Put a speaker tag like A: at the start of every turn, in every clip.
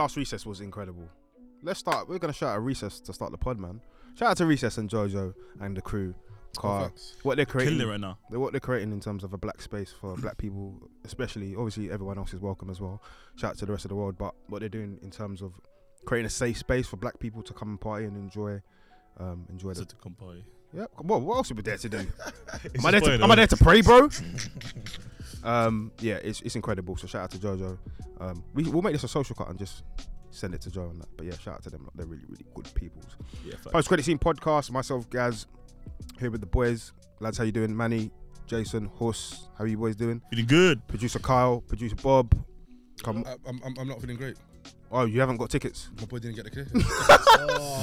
A: Last recess was incredible. Let's start. We're gonna shout out recess to start the pod, man. Shout out to recess and Jojo and the crew. Car, what they're
B: Killing it
A: creating,
B: right now.
A: they- what they're creating in terms of a black space for black people, especially. Obviously, everyone else is welcome as well. Shout out to the rest of the world, but what they're doing in terms of creating a safe space for black people to come and party and enjoy, um, enjoy
B: It's
A: the.
B: a company.
A: Yeah. Well, what else are we there to do?
B: It's
A: am I there
B: spoiler,
A: to, am I there
B: isn't
A: to pray, bro? um, yeah, it's, it's incredible. So shout out to Jojo. Um, we we'll make this a social cut and just send it to Joe and that. But yeah, shout out to them. Like, they're really really good people.
B: it? Yeah, fuck.
A: Post credit scene podcast. Myself, Gaz, here with the boys. Lads, how you doing? Manny, Jason, Horse. How you boys doing?
B: Feeling good.
A: Producer Kyle, producer Bob. Come.
C: I- I'm, I'm, I'm not feeling great.
A: Oh, you haven't got tickets.
C: My boy didn't get the clear.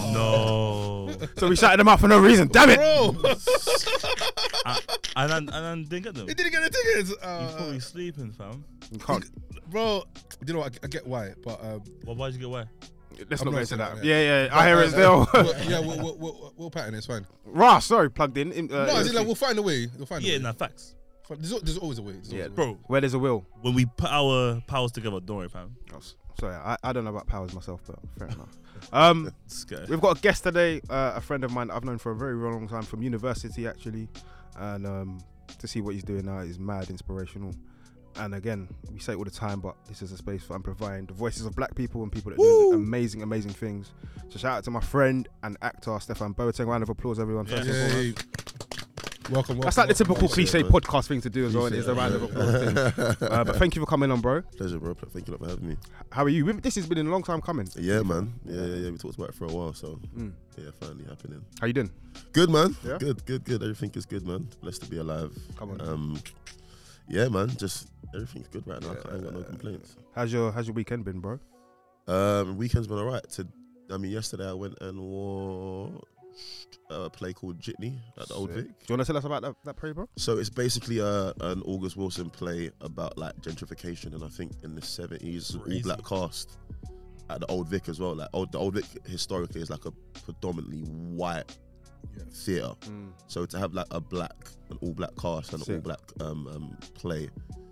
B: No.
A: So we shouted them out for no reason. Damn it.
C: Bro,
B: I, and then, and then didn't get them.
C: he
B: He's
C: didn't get the tickets. Uh,
B: probably sleeping, fam.
A: You can't.
C: bro, you know what? I, I get why, but um,
B: Well, why'd you get away?
A: Let's not
C: I'm not
A: get into
C: saying
A: that.
C: that,
A: Yeah, yeah. I hear it still.
C: uh, we'll, yeah, we'll, we'll, we'll, we'll pattern it, It's fine.
A: Ra, sorry, plugged in. in uh,
C: no, it's like we'll find a way. We'll find.
B: Yeah,
C: a way.
B: nah, facts.
C: Fi- There's, al- there's always a way. There's always
A: Yeah,
C: a way.
B: Bro,
A: where there's a will.
B: when we put our powers together, don't worry, fam.
A: Oh, s- Sorry, I, I don't know about powers myself, but fair enough. Um,
B: It's good.
A: we've got a guest today, uh, a friend of mine I've known for a very long time from university actually, and um, to see what he's doing now is mad inspirational. And again, we say it all the time, but this is a space for amplifying the voices of black people and people that do amazing, amazing things. So shout out to my friend and actor Stefan Boateng. Round of applause, everyone. First
B: Yeah.
A: and foremost.
C: Yay. Welcome, welcome.
A: That's like the typical
C: welcome, welcome.
A: cliche
D: bro.
A: podcast thing to do as well. and It's a round of applause thing. Uh, but thank you for coming on, bro.
D: Pleasure, bro. Pl- Thank you a lot for having me.
A: How are you? We- This has been a long time coming.
D: Yeah, man. Yeah, yeah, yeah. We talked about it for a while, so
A: Mm.
D: yeah, finally happening.
A: How you doing?
D: Good, man.
A: Yeah?
D: Good, good, good. Everything is good, man. Blessed to be alive.
A: Come on.
D: Um, yeah, man. Just everything's good right now. I ain't got no complaints.
A: How's your How's your weekend been, bro?
D: Um, weekend's been alright. To, I mean, yesterday I went and watched a play called Jitney at the Old
A: Sick.
D: Vic.
A: Do you want to tell us about that, that play, bro?
D: So it's basically a, an August Wilson play about like gentrification, and I think in the seventies, all
B: Crazy.
D: black cast at the Old Vic as well. Like old, the Old Vic historically is like a predominantly white
C: Yeah.
D: theatre.
B: Mm.
D: So to have like a black, an all black cast and an all
A: Sick.
D: black um, um, play,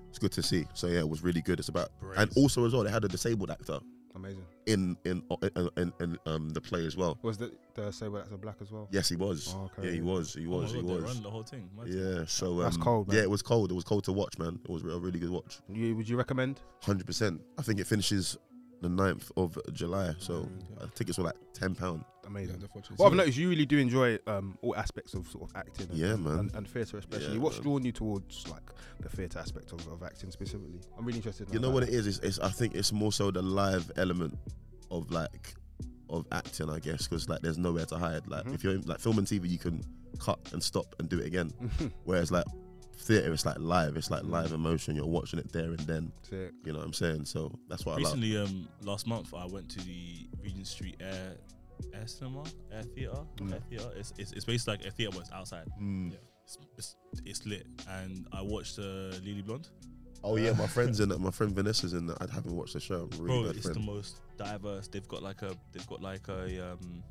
D: it's good to see. So yeah, it was really good. It's about
B: Brace.
D: and also as well they had a disabled actor
A: Amazing.
D: in in in, in, in um, the play as well.
A: Was the, the say where that's a black as well?
D: Yes, he was.
A: Oh, okay.
D: Yeah, he was. He was.
B: oh
D: he
B: my God, they
D: was.
B: run the whole thing. Mad.
D: Yeah, so um,
A: That's cold, man.
D: Yeah, it was cold. It was cold to watch, man. It was a really good watch.
A: You, would you recommend?
D: Hundred percent. I think it finishes the 9th of July, so
A: Mm,
D: I think it's for like ten pound.
C: Yeah,
A: Amazing.
C: unfortunately.
A: What I've noticed, you really do enjoy um, all aspects of sort of acting. And,
D: Yeah, man.
A: And, and theatre, especially.
D: Yeah,
A: What's
D: man.
A: drawn you towards like the theatre aspect of, of acting specifically? I'm really interested. In
D: You know what it is? It's, it's I think it's more so the live element of like of acting, I guess, because like there's nowhere to hide. Like
A: Mhm.
D: if you're in, like film and TV, you can cut and stop and do it again.
A: is?
D: Whereas like theater, it's like live. It's like live emotion. You're watching it there and then.
A: Sick.
D: You know what I'm saying? So that's what
B: Recently, um, last month, I went to the Regent Street Air Air Cinema, Air Theatre,
A: Mm.
B: Air Theatre. It's, it's it's basically like a theatre, but it's outside.
D: I love. Mm.
B: It's, it's it's lit, and I watched uh, Lily Blonde.
D: Oh yeah, my friends in it. My friend Vanessa's in that. I haven't watched the show. I'm a really
B: Bro,
D: bad
B: it's
D: friend.
B: the most diverse. They've got like a they've got like a um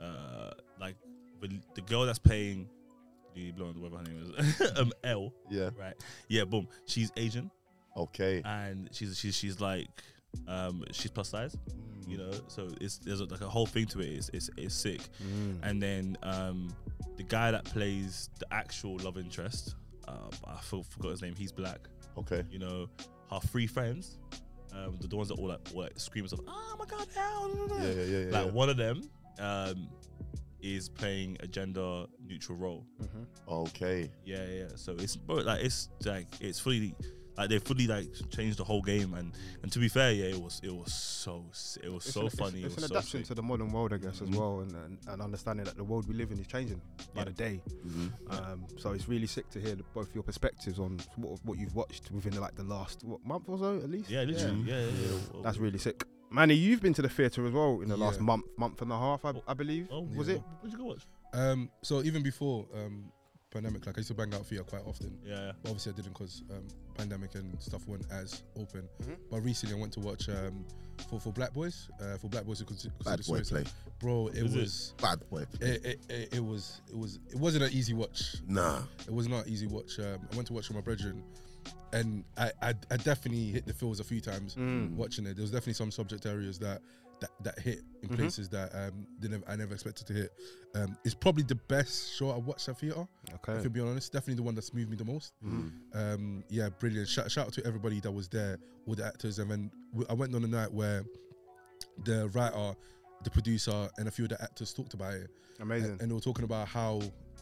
B: uh like with the girl that's playing Lily Blonde, whatever her name is, um L.
D: yeah.
B: Right. Yeah, boom. She's Asian
D: Okay.
B: and she's she's she's like um she's plus size, you know. So it's there's like a whole thing to it. It's it's, it's sick.
A: Mm.
B: And then um the guy that plays the actual love interest, uh, I for- forgot his name. He's black.
D: Okay.
B: You know, her three friends, um, the, the ones that all like, all like screamers of oh my god, ow,
D: Yeah, yeah, yeah. yeah,
B: like
D: yeah.
B: one of them um is playing a gender neutral role.
A: Mhm.
D: Okay.
B: Yeah, yeah. yeah. So it's bro, like it's like it's fully like they fully like changed the whole game and and to be fair, yeah, it was it was so s- it was
A: It's
B: so
A: an- it's-
B: funny.
A: It's,
B: it was
A: an
B: so
A: adaptation
B: sick.
A: to the modern world, I guess, as
B: Mhm.
A: well, and, and, and understanding that the world we live in is changing by
B: Yeah.
A: the day. Um, so it's really sick to hear the- both your perspectives on what, what you've watched within like the last what, month or so, at least.
B: yeah, literally. Yeah, yeah. yeah, Well,
A: That's really sick. Manny, you've been to the theatre as well in the last
C: Yeah.
A: month, month and a half, I, I believe.
B: Oh,
A: Was
C: yeah.
A: it?
B: What'd you go watch?
C: Um, so even before um, pandemic, like I used to bang out theatre quite often.
B: Yeah.
C: But obviously, I didn't because um, pandemic and stuff weren't as open.
A: Mhm.
C: But recently, I went to watch um, for for Black Boys. Uh, for Black Boys, who consi- consider
D: Bad boy
C: suicide.
D: play.
C: Bro, it
B: Is it?
C: was.
D: Bad boy play.
C: It, it, it, it was it was it wasn't an easy watch.
D: Nah.
C: It was not an easy watch. Um, I went to watch with my brethren, and I, I, I definitely hit the feels a few times
A: Mm.
C: watching it. There was definitely some subject areas that that, that hit in
A: Mhm.
C: places that um they never, I never expected to hit. Um, it's probably the best show I watched at theater. If
A: Okay.
C: you're being honest, definitely the one that's moved me the most.
A: Mm-hmm.
C: Um, yeah, brilliant. Shout, shout out to everybody that was there, all the actors, and then w- I went on a night where the writer, the producer, and a few of the actors talked about it
A: Amazing.
C: and they were talking about how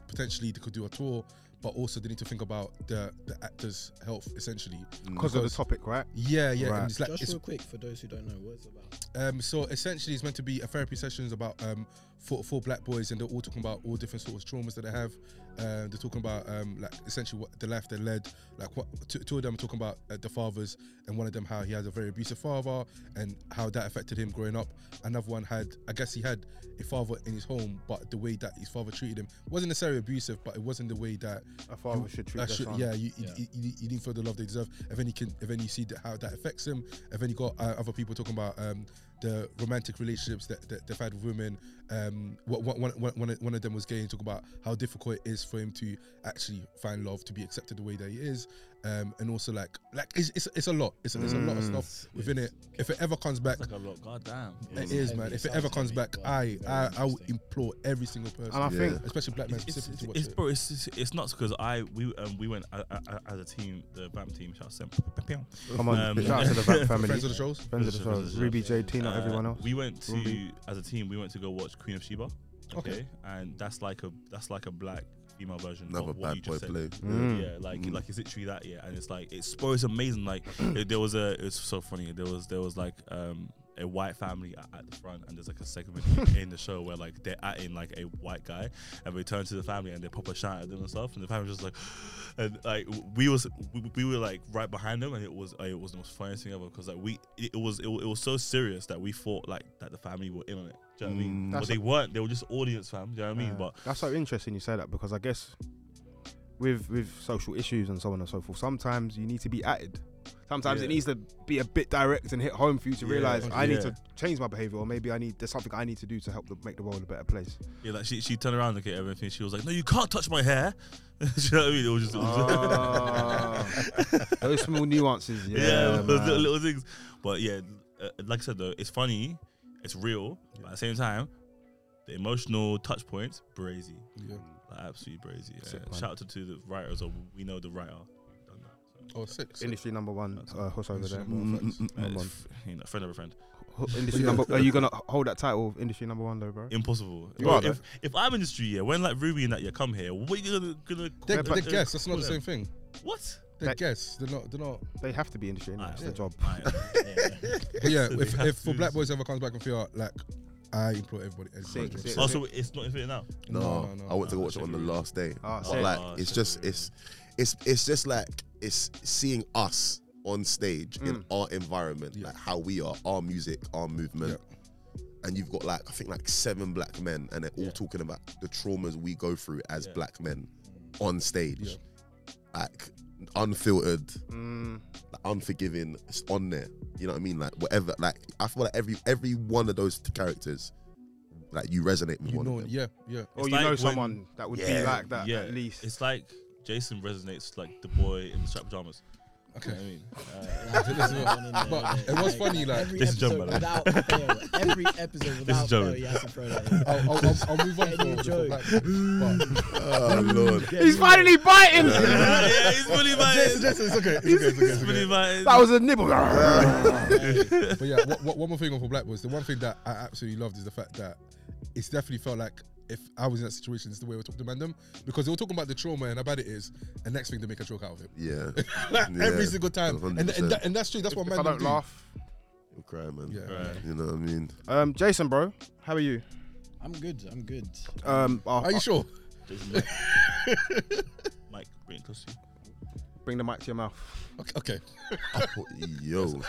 C: potentially they could do a tour, but also they need to think about the the actors' health essentially.
A: Mm. Because of the
C: because-
A: topic, right?
C: Yeah, yeah.
A: Right.
C: And it's like
E: Just
C: it's,
E: real quick for those who don't know what it's about.
C: um, so essentially it's meant to be a therapy sessions about um for, for black boys and they're all talking about all different sorts of traumas that they have. Uh, they're talking about um like essentially what the life they led. Like what two, two of them are talking about uh, the fathers and one of them how he had a very abusive father and how that affected him growing up. Another one had I guess he had a father in his home, but the way that his father treated him wasn't necessarily abusive, but it wasn't the way that
A: A father
C: you-
A: should treat
C: that
A: their
C: should-
A: son.
C: Yeah, you, you-
E: Yeah.
C: You, you, you didn't feel the love they deserve. And then you can, and then you see that how that affects him. And then you got uh, other people talking about um, the romantic relationships that, that they've had with women. Um, what, what, one, one, one of- one of them was gay and talk about how difficult it is for him to actually find love, to be accepted the way that he is, um, and also like like it's it's, it's a lot. It's, it's a lot of
A: Mm.
C: stuff within it. If it ever comes back.
B: That's like a lot. God damn.
C: It
E: It's
C: is,
E: heavy,
C: man.
E: it
C: If it
E: sounds
C: ever comes
E: heavy,
C: back,
E: but
C: I,
E: very
C: I, I would
E: interesting.
C: implore every single person,
A: And I
D: Yeah.
A: think
C: especially black men
B: It's, it's,
C: specifically, to watch
B: it's-
C: it.
B: bro, it's, it's, it's nuts because I we um, we went uh, uh, as a team, the BAM team. Shout out to them.
A: Come on,
B: Um,
A: shout out to the Vamp family.
C: Friends of the shows.
A: Friends of the
B: Friends of
A: shows.
B: the
A: Ruby,
E: shows.
A: JT, not
B: Uh,
A: everyone else.
B: We went to
A: Rumbi.
B: as a team. We went to go watch Queen of Sheba.
C: Okay.
B: Okay, and that's like a that's like a black female version.
D: Another
B: of what you
D: bad boy
B: just said.
D: play.
A: Mm.
B: Yeah, like
D: Mm.
B: like it's literally that. Yeah, and it's like it's bro, it's amazing. Like it, there was a it's so funny. There was there was like um a white family at, at the front, and there's like a segment in the show where like they're atting like a white guy, and we turn to the family and they pop a shout at them and stuff, and the family just like, and like we was we, we were like right behind them, and it was it was the most funniest thing ever because like we it, it was it, wa- it was so serious that we thought like that the family were in on it. Do you know what I mean?
D: Mm.
B: But
A: That's
B: they weren't. They were just audience fam. Do you know what I mean?
A: Uh,
B: But
A: that's so interesting you say that because I guess with with social issues and so on and so forth, sometimes you need to be atted. Sometimes it
B: Yeah.
A: needs to be a bit direct and hit home for you to
B: Yeah,
A: realize I need
B: yeah.
A: to change my behavior, or maybe I need there's something I need to do to help the, make the world a better place.
B: Yeah, like she, she turned around and looked at everything. She was like, "No, you can't touch my hair." Do you know what I mean? It was just, it
C: Oh,
B: was
A: Those small nuances, yeah,
B: yeah, it was little,
A: man.
B: little things. But yeah, uh, like I said though, it's funny, it's real, but at the same time, the emotional touch points, brazy,
C: Yeah.
B: like, absolutely brazy. yeah.
A: Sick, man.
B: Shout out to, to the writers, or we know the writer. who done that, so.
C: Or Oh, six.
A: industry number one, uh, Huss over there.
D: Mm,
C: Industry number one.
B: Uh,
A: Number
B: it's
A: one.
B: f- you know, friend of a friend.
A: H- Industry number. Are you gonna hold that title, of industry number one, though, bro?
B: Impossible.
A: You are,
B: if, if I'm industry, yeah, when like Ruby and that yeah come here, what are you gonna gonna call
C: They're,
A: Yeah, but-
C: they're guests. That's not the
B: Yeah.
C: same thing.
B: What?
C: They're
A: Like-
C: guests. They're not. They're not.
A: They have to be industry. Anyway.
B: Ah,
A: That's
B: yeah.
A: the job.
B: Alright, yeah.
C: But yeah,
B: So they
C: if,
B: have
C: if
B: to
C: for
B: do
C: Black
B: this.
C: Boys ever comes back and feel like, I implore everybody. everybody
A: Six,
C: to-
A: six.
B: Oh, so it's not infinite now.
D: No, I went to go
B: no,
D: watch it
B: that's
D: on the
B: different.
D: last day.
A: Ah,
D: But
A: sick.
D: like,
B: Ah,
D: it's
B: sick.
D: just it's it's it's just like it's seeing us on stage in
A: Mm.
D: our environment,
C: Yeah.
D: like how we are, our music, our movement. And you've got like I think like seven black men, and they're all
B: Yeah.
D: talking about the traumas we go through as
B: Yeah.
D: black men on stage,
C: Yeah.
D: like unfiltered,
A: Mm,
D: like, unforgiving. It's on there. You know what I mean? Like whatever. Like I feel like every every one of those characters, like you resonate with
C: you
D: one
C: know,
D: of them.
C: yeah, yeah.
A: or
B: It's
A: you
B: like
A: know
B: when-
A: someone that would be
D: Yeah,
A: like that
B: yeah,
A: at least.
B: It's like Jason resonates like the boy in the strap pajamas. You
C: Okay.
B: know what I mean? Uh,
E: Like, there's one in there,
C: But
E: like,
C: it was funny, like-
E: every
B: This is
E: episode
B: John, by the way.
E: without fail, every episode without fail,
B: John.
E: you have to throw that. in.
C: I'll, I'll, I'll, I'll move on
E: Any
C: for, for
E: joke?
C: Black Boys. but-
D: Oh lord.
A: He's finally biting.
B: yeah, yeah, he's fully
C: Jason,
B: biased.
C: Jason, it's okay. It's okay. It's okay. It's
B: He's fully
C: okay.
B: biased.
A: That was a nibble.
C: But yeah, what, what, one more thing on for Black Boys. The one thing that I absolutely loved is the fact that it's definitely felt like if I was in that situation, it's the way we talk to man them because they were talking about the trauma and how bad it is, and next thing they make a joke out of it.
D: Yeah.
C: Like, every
D: Yeah,
C: single time, and, and,
D: 100%.
C: that, and that's true. That's what
A: If
C: man
A: I
C: them
A: don't
C: do.
A: laugh.
D: I'm crying, man.
C: Yeah.
B: Right.
D: You know what I mean?
A: Um, Jason, bro, how are you?
E: I'm good. I'm good.
A: Um, oh,
C: Are you
A: oh,
C: sure?
B: Jason, Mike, bring it close to you.
A: Bring the mic to your mouth.
C: Okay. okay.
D: Oh, Yo.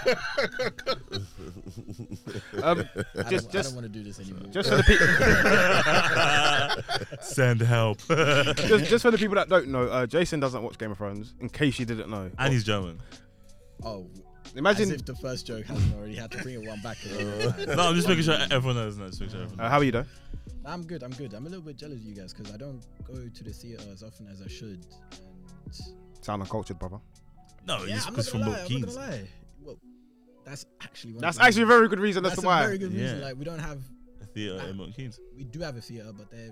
A: Um,
E: I
A: Just-
E: don't,
A: just-
E: I don't want to do this anymore.
A: just for the people,
B: Send help.
A: just, just for the people that don't know, uh, Jason doesn't watch Game of Thrones. In case you didn't know,
B: and he's German.
E: oh, as
A: imagine.
E: if the first joke hasn't already had to bring it one back. another time.
B: No, I'm just making sure everyone knows. No, just making sure everyone
A: Uh, how are you though?
E: I'm good. I'm good. I'm a little bit jealous of you guys because I don't go to the theater as often as I should. And
A: Sound uncultured, brother.
B: No,
E: yeah,
B: he's,
E: I'm
B: he's from
E: not gonna lie.
B: Milton
E: I'm not
B: Keynes.
E: gonna lie. Well, that's actually one
A: That's
E: of the
A: actually a very good reason as
E: That's
A: to
E: a
A: why.
E: very good reason.
B: Yeah.
E: Like we don't have,
B: A theater in Milton Keynes.
E: we do have a theater, but they're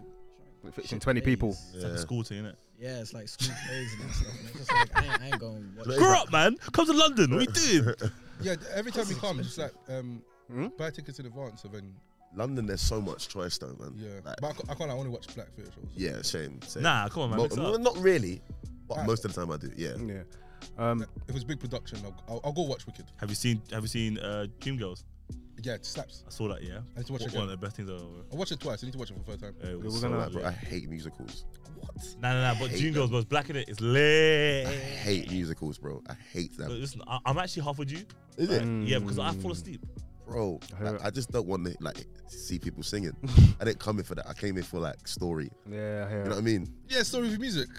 A: It fits in 20 people.
B: It's like a school thing, innit?
E: Yeah, it's like school plays and stuff. And it's just like I ain't, I ain't going watch.
B: Grow up, man. Come to London. What are you doing?
C: Yeah, every time we come, it's just like um,
A: Hmm?
C: buy tickets in advance, and then
D: London, there's so much choice though, man.
C: yeah.
D: Like,
C: but I can't, I can't. I only watch black theatre shows.
D: yeah, same. same.
B: Nah, come on, man.
D: Mo-
B: mix it
D: well,
B: up.
D: not really, but
C: Alright.
D: most of the time I do. Yeah.
A: Yeah. Um,
C: Like, if it's big production, I'll, I'll, I'll go watch Wicked.
B: Have you seen Have you seen uh, Dreamgirls?
C: Yeah, it slaps.
B: I saw that. Yeah,
C: I need to watch it
B: one of the
C: again.
B: best things I've ever.
C: I watched it twice. I need to watch it for the third time.
B: Uh, it was
A: we're
B: so
A: gonna-
D: Like,
B: lovely.
D: bro, I hate musicals.
C: What?
B: Nah, nah, nah. But
D: hate
B: Dreamgirls was black in it. It's lit.
D: I hate musicals, bro. I hate
B: Look,
D: them.
B: listen, I, I'm actually half with you.
D: Is it,
A: Mm.
B: Yeah, because I
A: Hmm.
B: fall asleep.
D: bro?
A: I hear
D: Like,
A: it.
D: I just don't want to like see people singing. I didn't come in for that. I came in for like story.
A: Yeah, I hear
D: You know
A: it. Uh,
D: what I mean?
C: Yeah, story with music.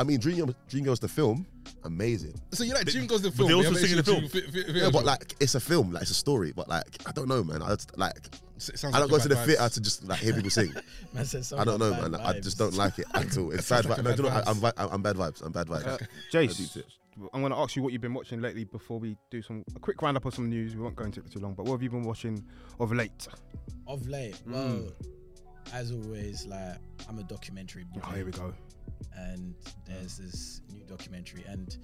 D: I mean, Dream Dreamgirls the film, amazing.
C: So you like
B: They-
C: Dream Goes the
B: but
C: film?
B: they
C: you
B: also
C: haven't
B: sing in the
C: seen
B: film.
C: Dream- fi- fi- fi-
D: Yeah, but
C: show.
D: like it's a film, like it's a story. But like I don't know, man. I just, like
C: S- sounds
D: I
C: like
D: don't go
C: a
D: to the
C: bad
D: theater
C: vibes.
D: to just like hear people sing.
E: Man said something
D: I don't know,
E: about
D: man.
E: bad
D: I just
E: vibs.
D: don't like it at all. It's bad.
C: like
D: vi-
C: a
D: no,
C: bad
D: do you know, I,
C: vibes.
D: I'm, vi- I'm I'm bad vibes. I'm bad vibes.
A: Uh,
D: I
A: Jace,
D: do
A: I'm going to ask you what you've been watching lately before we do some a quick roundup of some news. We won't go into it for too long, but what have you been watching of late?
E: Of late,
D: Hmm.
E: well, as always, like I'm a documentary boy,
A: Oh, here we go.
E: and there's this new documentary, and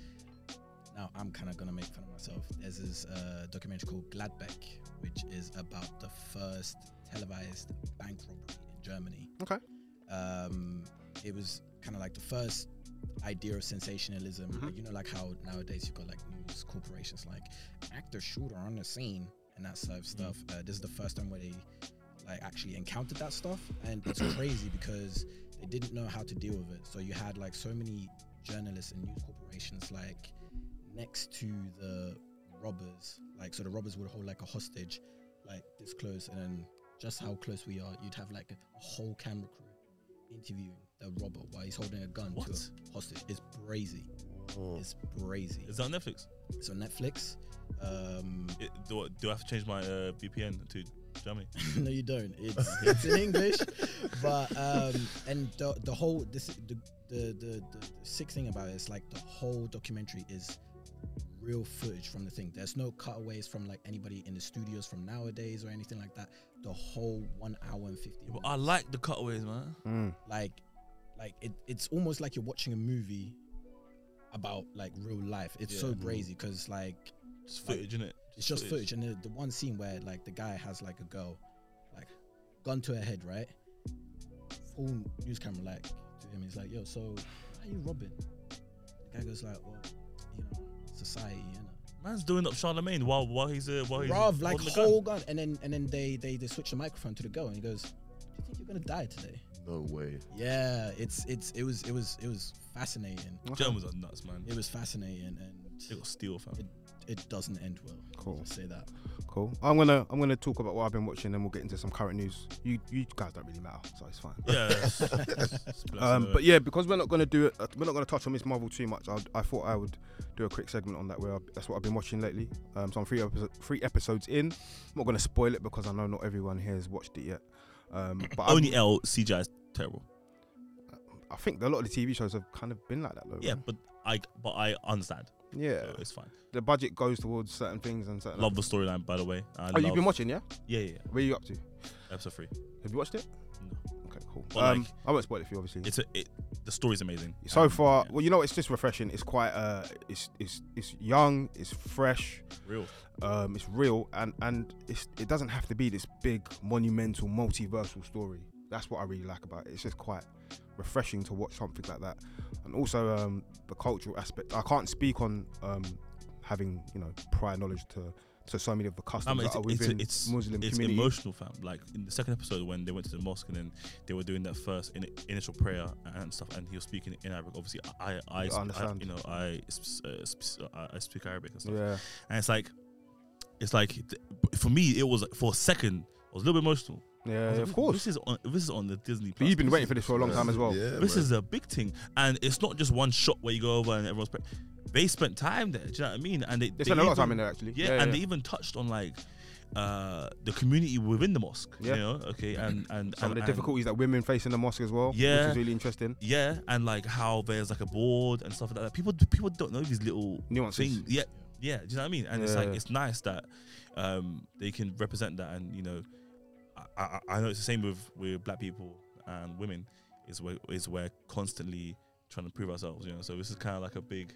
E: now I'm kind of gonna make fun of myself. There's this uh, documentary called Gladbeck, which is about the first televised bank robbery in Germany.
A: Okay.
E: Um, it was kind of like the first idea of sensationalism.
A: Mhm.
E: Like, you know, like how nowadays you've got like news corporations like actor shooter on the scene and that sort of
B: Mm-hmm.
E: stuff. Uh, this is the first time where they like actually encountered that stuff, and it's crazy because they didn't know how to deal with it. So you had like so many journalists and news corporations like next to the robbers, like so the robbers would hold like a hostage, like this close, and then just how close we are, you'd have like a whole camera crew interviewing the robber while he's holding a gun
B: What?
E: to a hostage. It's brazy. It's brazy.
B: Is that on Netflix?
E: It's on Netflix. Um,
B: It, do, I- do I have to change my uh, VPN to Germany?
E: no, you don't. It's, it's in English, but um, and the, the whole this the the, the the the sick thing about it is like the whole documentary is real footage from the thing. There's no cutaways from like anybody in the studios from nowadays or anything like that. The whole one hour and fifty.
B: But I like the cutaways, man.
A: Mm.
E: like like it, it's almost like you're watching a movie about like real life it's so
B: Yeah.
E: brazy because like
B: Just footage, innit?
E: it's just footage and the, the one scene where like the guy has like a girl like gun to her head right full news camera like to him he's like yo so why are you robbing the guy goes like well you know society you know
B: Man's doing up Charlemagne while while he's uh, while he's
E: Bruv, like
B: holding the
E: whole gun. and then and then they they they switch the microphone to the girl and he goes do you think you're gonna die today
D: No way.
E: yeah it's it's it was it was it was fascinating
B: gun. Germans are nuts, man.
E: It was fascinating and
B: They got steel, fam.
E: it doesn't end well.
A: Cool.
E: I'll say that.
A: Cool. I'm gonna I'm gonna talk about what I've been watching, and we'll get into some current news. You you guys don't really matter, so it's fine.
B: Yeah. it's- it's blessed,
A: Um,
B: man.
A: but yeah, because we're not gonna do it, uh, we're not gonna touch on Miss Marvel too much. I, I thought I would do a quick segment on that. Where I, that's what I've been watching lately. Um, so I'm three episo- three episodes in. I'm not gonna spoil it because I know not everyone here has watched it yet. Um, but
B: only L CGI is terrible.
A: I, I think a lot of the TV shows have kind of been like that though.
B: Yeah,
A: man.
B: but I but I understand.
A: yeah.
B: So it's fine.
A: The budget goes towards certain things and certain.
B: Love the storyline, by the way. I
A: Oh,
B: love,
A: you've been watching, yeah?
B: Yeah, yeah, yeah.
A: Where are you up to?
B: Episode three.
A: Have you watched it?
B: No.
A: Okay, cool.
B: But,
A: Um,
B: like-
A: I won't spoil it for you, obviously.
B: It's a it, the story's amazing.
A: so
B: Um,
A: far
B: yeah.
A: well you know it's just refreshing it's quite uh it's it's it's young it's fresh
B: real.
A: um it's real and and it's it doesn't have to be this big monumental multiversal story that's what i really like about it it's just quite refreshing to watch something like that and also um the cultural aspect i can't speak on um having you know prior knowledge to to so many of the customs
B: mean,
A: that are
B: it's- it's-
A: within
B: it's-
A: muslim
B: It's
A: community
B: emotional, fam. Like in the second episode when they went to the mosque and then they were doing that first in, initial prayer and stuff, and he was speaking in Arabic. Obviously, I I, I,
A: I understand.
B: you know I sp- uh, sp- uh, I speak Arabic and stuff,
A: yeah
B: and it's like it's like th- for me it was like, for a second I was a little bit emotional. I
A: yeah
B: was like,
A: of course
B: This is on this is on the Disney.
A: but you've been
B: Plus.
A: waiting for this for a long time as well
D: Yeah,
B: This
D: man.
B: is a big thing, and it's not just one shot where you go over and everyone's. Pre- they spent time there. Do you know what I mean? And they,
A: they spent a lot of
B: even-
A: time in there actually
B: yeah, and they even touched on like uh, the community within the mosque.
A: Yeah.
B: You know, okay, and and
A: Some
B: and,
A: of the
B: and-
A: difficulties that women face in the mosque as well,
B: Yeah.
A: which is really interesting.
B: yeah, and like how there's like a board and stuff like that. People people don't know these little
A: Nuances.
B: things. Yeah, yeah. Do you know what I mean? And it's
A: Yeah.
B: like it's nice that um, they can represent that, and you know, I, I, I know it's the same with with black people and women. Is where is where constantly trying to prove ourselves. You know, so this is kind of like a big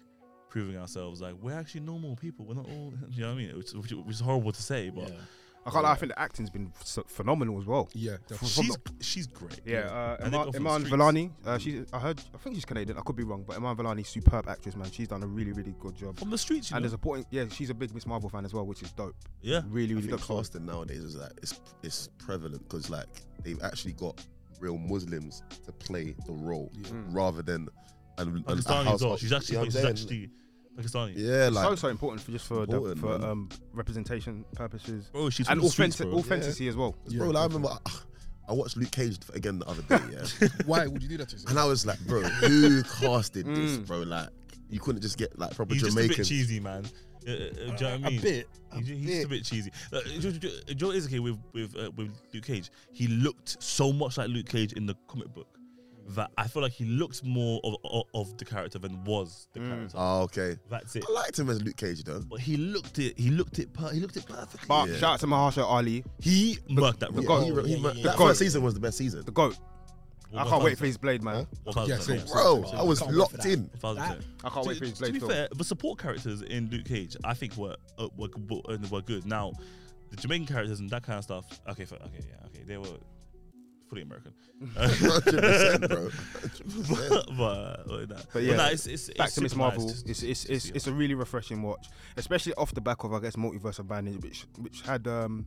B: proving ourselves. Like we're actually normal people. We're not all. You know what I mean? Which, which, which is horrible to say, but
A: I can't lie, I think the acting's been s- phenomenal as well.
C: Yeah, definitely.
A: From
B: she's she's great.
A: Yeah, uh,
B: And they
A: Iman,
B: go from the
A: Iman
B: streets.
A: Vellani. Uh, she's I heard I think she's Canadian. I could be wrong, but Iman Vellani, superb actress, man. She's done a really really good job.
B: From the streets, you
A: And
B: know?
A: there's a point. Yeah, she's a big Miss Marvel fan as well, which is dope.
B: yeah,
A: Really
D: I
A: really
D: think
A: dope. story.
D: casting nowadays is like it's it's prevalent because like they've actually got real Muslims to play the role
C: Yeah.
A: Mm.
D: rather than and, and a
B: Pakistani as well.
D: household-
B: She's actually
D: You know
B: she's
D: what I'm saying?
B: actually Pakistani.
D: yeah like
A: so so important for just for the,
D: Important,
A: for
D: man.
A: um, representation purposes
B: Bro, she's
A: and
B: from the streets,
A: authentic,
B: bro.
A: authenticity as well.
C: Yeah,
D: bro like, I remember I, I watched Luke Cage again the other day yeah
C: Why would you do that to yourself?
D: And I was like, bro, who casted this,
A: Mm.
D: bro? Like, you couldn't just get like proper
B: He's just a
D: Jamaican.
B: bit cheesy, man. Uh, uh, uh, do you know what I mean?
C: A bit.
B: He's, ju- he's just a bit cheesy. Uh, Joe, Joe, Joe Izuke with with uh, with Luke Cage. He looked so much like Luke Cage in the comic book that I feel like he looked more of of, of the character than was the
A: Mm.
B: character.
D: oh, okay.
B: That's it.
D: I liked him as Luke Cage though.
B: But he looked it. He looked it. Per- he looked it perfectly.
A: But
D: Yeah.
A: shout out to Mahershala Ali,
B: he murked that.
D: He-
B: role.
A: goat.
D: he- he-
E: Yeah, yeah, yeah.
D: that
A: Goat.
D: first season was the best season,
A: the goat. I can't wait for his blade, man.
B: One thousand
C: Yeah,
B: percent.
C: same.
D: bro. I was
E: Can't wait for
D: locked
E: that.
D: in.
B: One thousand percent.
A: I can't wait for his
B: to
A: blade.
B: be
A: film.
B: fair, the support characters in Luke Cage, I think were uh, were, were, uh, were good. Now, the Jamaican characters and that kind of stuff. Okay, fair, okay, yeah, okay, they were fully American. Uh,
D: 100%, bro.
B: but, but, but, nah. but
A: yeah,
B: nah, it's, it's,
A: back
B: it's
A: to Miss
B: super nice
A: Marvel.
B: to-
A: it's it's
B: to
A: it's,
B: see
A: it's a really refreshing watch, especially off the back of I guess Multiverse of Madness, which which had um